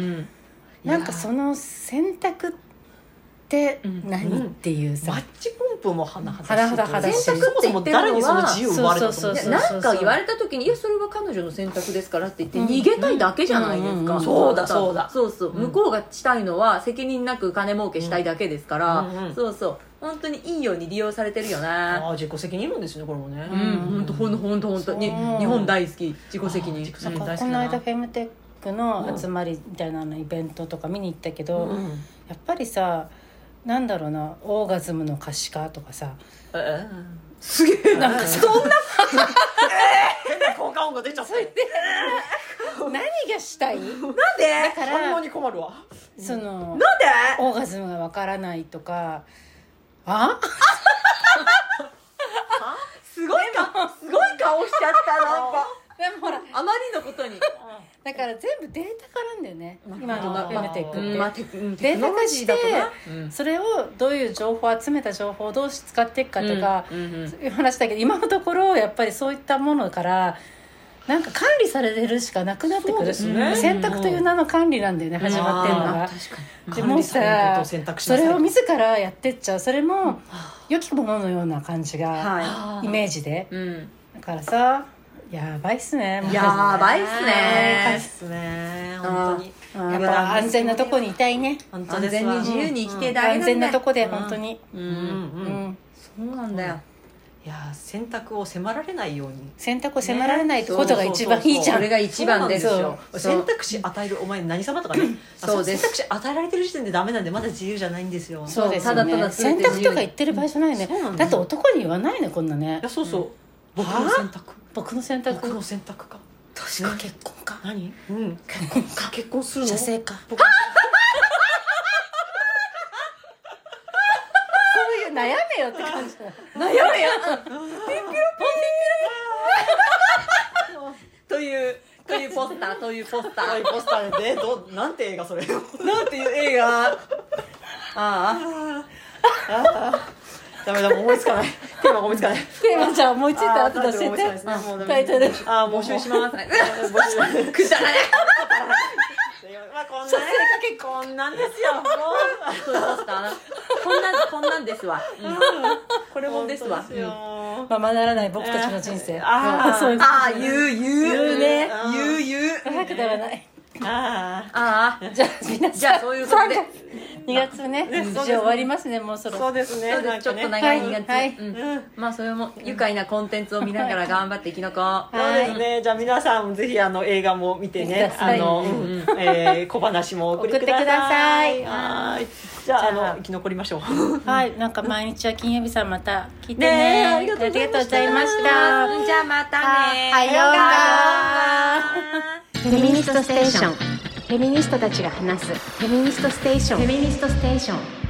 なんかその選択って何、
うん
っていうさ、
マッチポンプも甚だしい
甚だしい
そもそも誰にその自由を奪われたと
そ
思
う
う
そうそうそう
いやなんか言われた時に「いやそれは彼女の選択ですから」って言って逃げたいだけじゃないです
うん
か
そうだそうだ
そうそう
うん
向こうがしたいのは責任なく金儲けしたいだけですから、
うんうんうん
そうそう本当にいいように利用されてるよ
あ
な
あ自己責任論ですねこれもね
うん本当本当本当本当に
そう
日本大好き自己責
あー
任
自己責任
こ
大好きだ
の
な
間フェムテックの集まりみたいなのイベントとか見に行ったけど、
うん
やっぱりさなんだろうなオーガズムの可視化とかさ
ええ
すげえ
なんかそんな
変な効果音が出ちゃった
何がしたい
なんで
だか
反応
ら
に困るわ
その
なんで
オーガズムがわからないとかあ
すごいかすごい顔しちゃったなんか
でもほら
あまりのことに
だから全部データ化なんだよね今の
まあ
フェムテックって、
うんまあテクうん
データ化して
うん
それをどういう情報を集めた情報をどう使っていくかとか、
うんうんうん
そういう話だけど今のところやっぱりそういったものからなんか管理されてるしかなくなってく
そうで
る、
すね
選択という名の管理なんだよね、始まってるのが。で
管
も
理
う
され
さ
ることを選択し
そ
なさい
れを自らやってっちゃうそれも良きもののような感じが、
は
イメージで
いうん
だからさやばいっすねもう
やばいっす
ね
ね
すね本当に
うんやっぱ安全なとこにいたいね
本当
安
です
全
わ
に自由に生きてだけ
安
だ
全な
ね
とこで本当に、
う
うんうん
ん
う
うんん
うん
そうなんだよ
いやー選択を迫られないように
選択を迫られないってことが一番いいじゃ
そ
ん
れが一番です
そう
よ
そう
そう
選択肢与えるお前何様とかねあ
そうです
選択肢与えられてる時点でダメなんでまだ自由じゃないんですよ
そう
です
ただただ連
選
れて自
択
由
とか言ってる場合じゃないね、
そうなんだ
だって男に言わないねこんなね
いやそうそう、僕
は
の
あ
選択
僕の選
僕
択
の選択か
確か結婚か
何うん結婚か結婚するの
射精か
僕の
そういう悩めよって感じ
悩めよというというポスターというポスタ
赤
ー
いポスターでどうなんて映画それ
なんていう映画ああ
ダメだもう思いつかないテーマが思いつかない
テーマじゃあ思いついたら
あ
後出
ータ
し
イトル思いつかな
て
いですねもうダメ
タイトル
あーもう
募集します
募集
くだらない
まあこんなねこんなんですよも
そういうポスターなこんなんこんなんですわ、うんこれ
う
もんですわ
本当よ
ままならない僕たちの人生
あー
そういうこと
ああ言う言う
言うね
言う言う
(laughs) 早くだらない
あ
ああ
じゃあ皆さん
じゃあそういうことで
2月ね
ねそうですね
一応終わりますねもうそ
あ
ろ
そうですね
そうですちょっと
なんかね
長い2月、
はい
うん
うん
まあそれも愉快なコンテンツを見ながら頑張って生き残ろう
そうですね、じゃあ皆さんもぜひあの映画も見て
見て
ね
くだ
あ
さい
の、
うん
うんえー小話もお送りくだ
送
さい
ってくだ
はーいじゃあ
じゃあ
あの生き残りましょう
はいなんか毎日は金曜日さんまた聞いてね
ねえ
あ
あ
り
り
が
が
と
と
う
う
ございまし
あ
た
ーじゃあまたね
はようが
さようなら
フェミニストステーションフェミニストたちが話すフェミニストステーションフェミニストステーション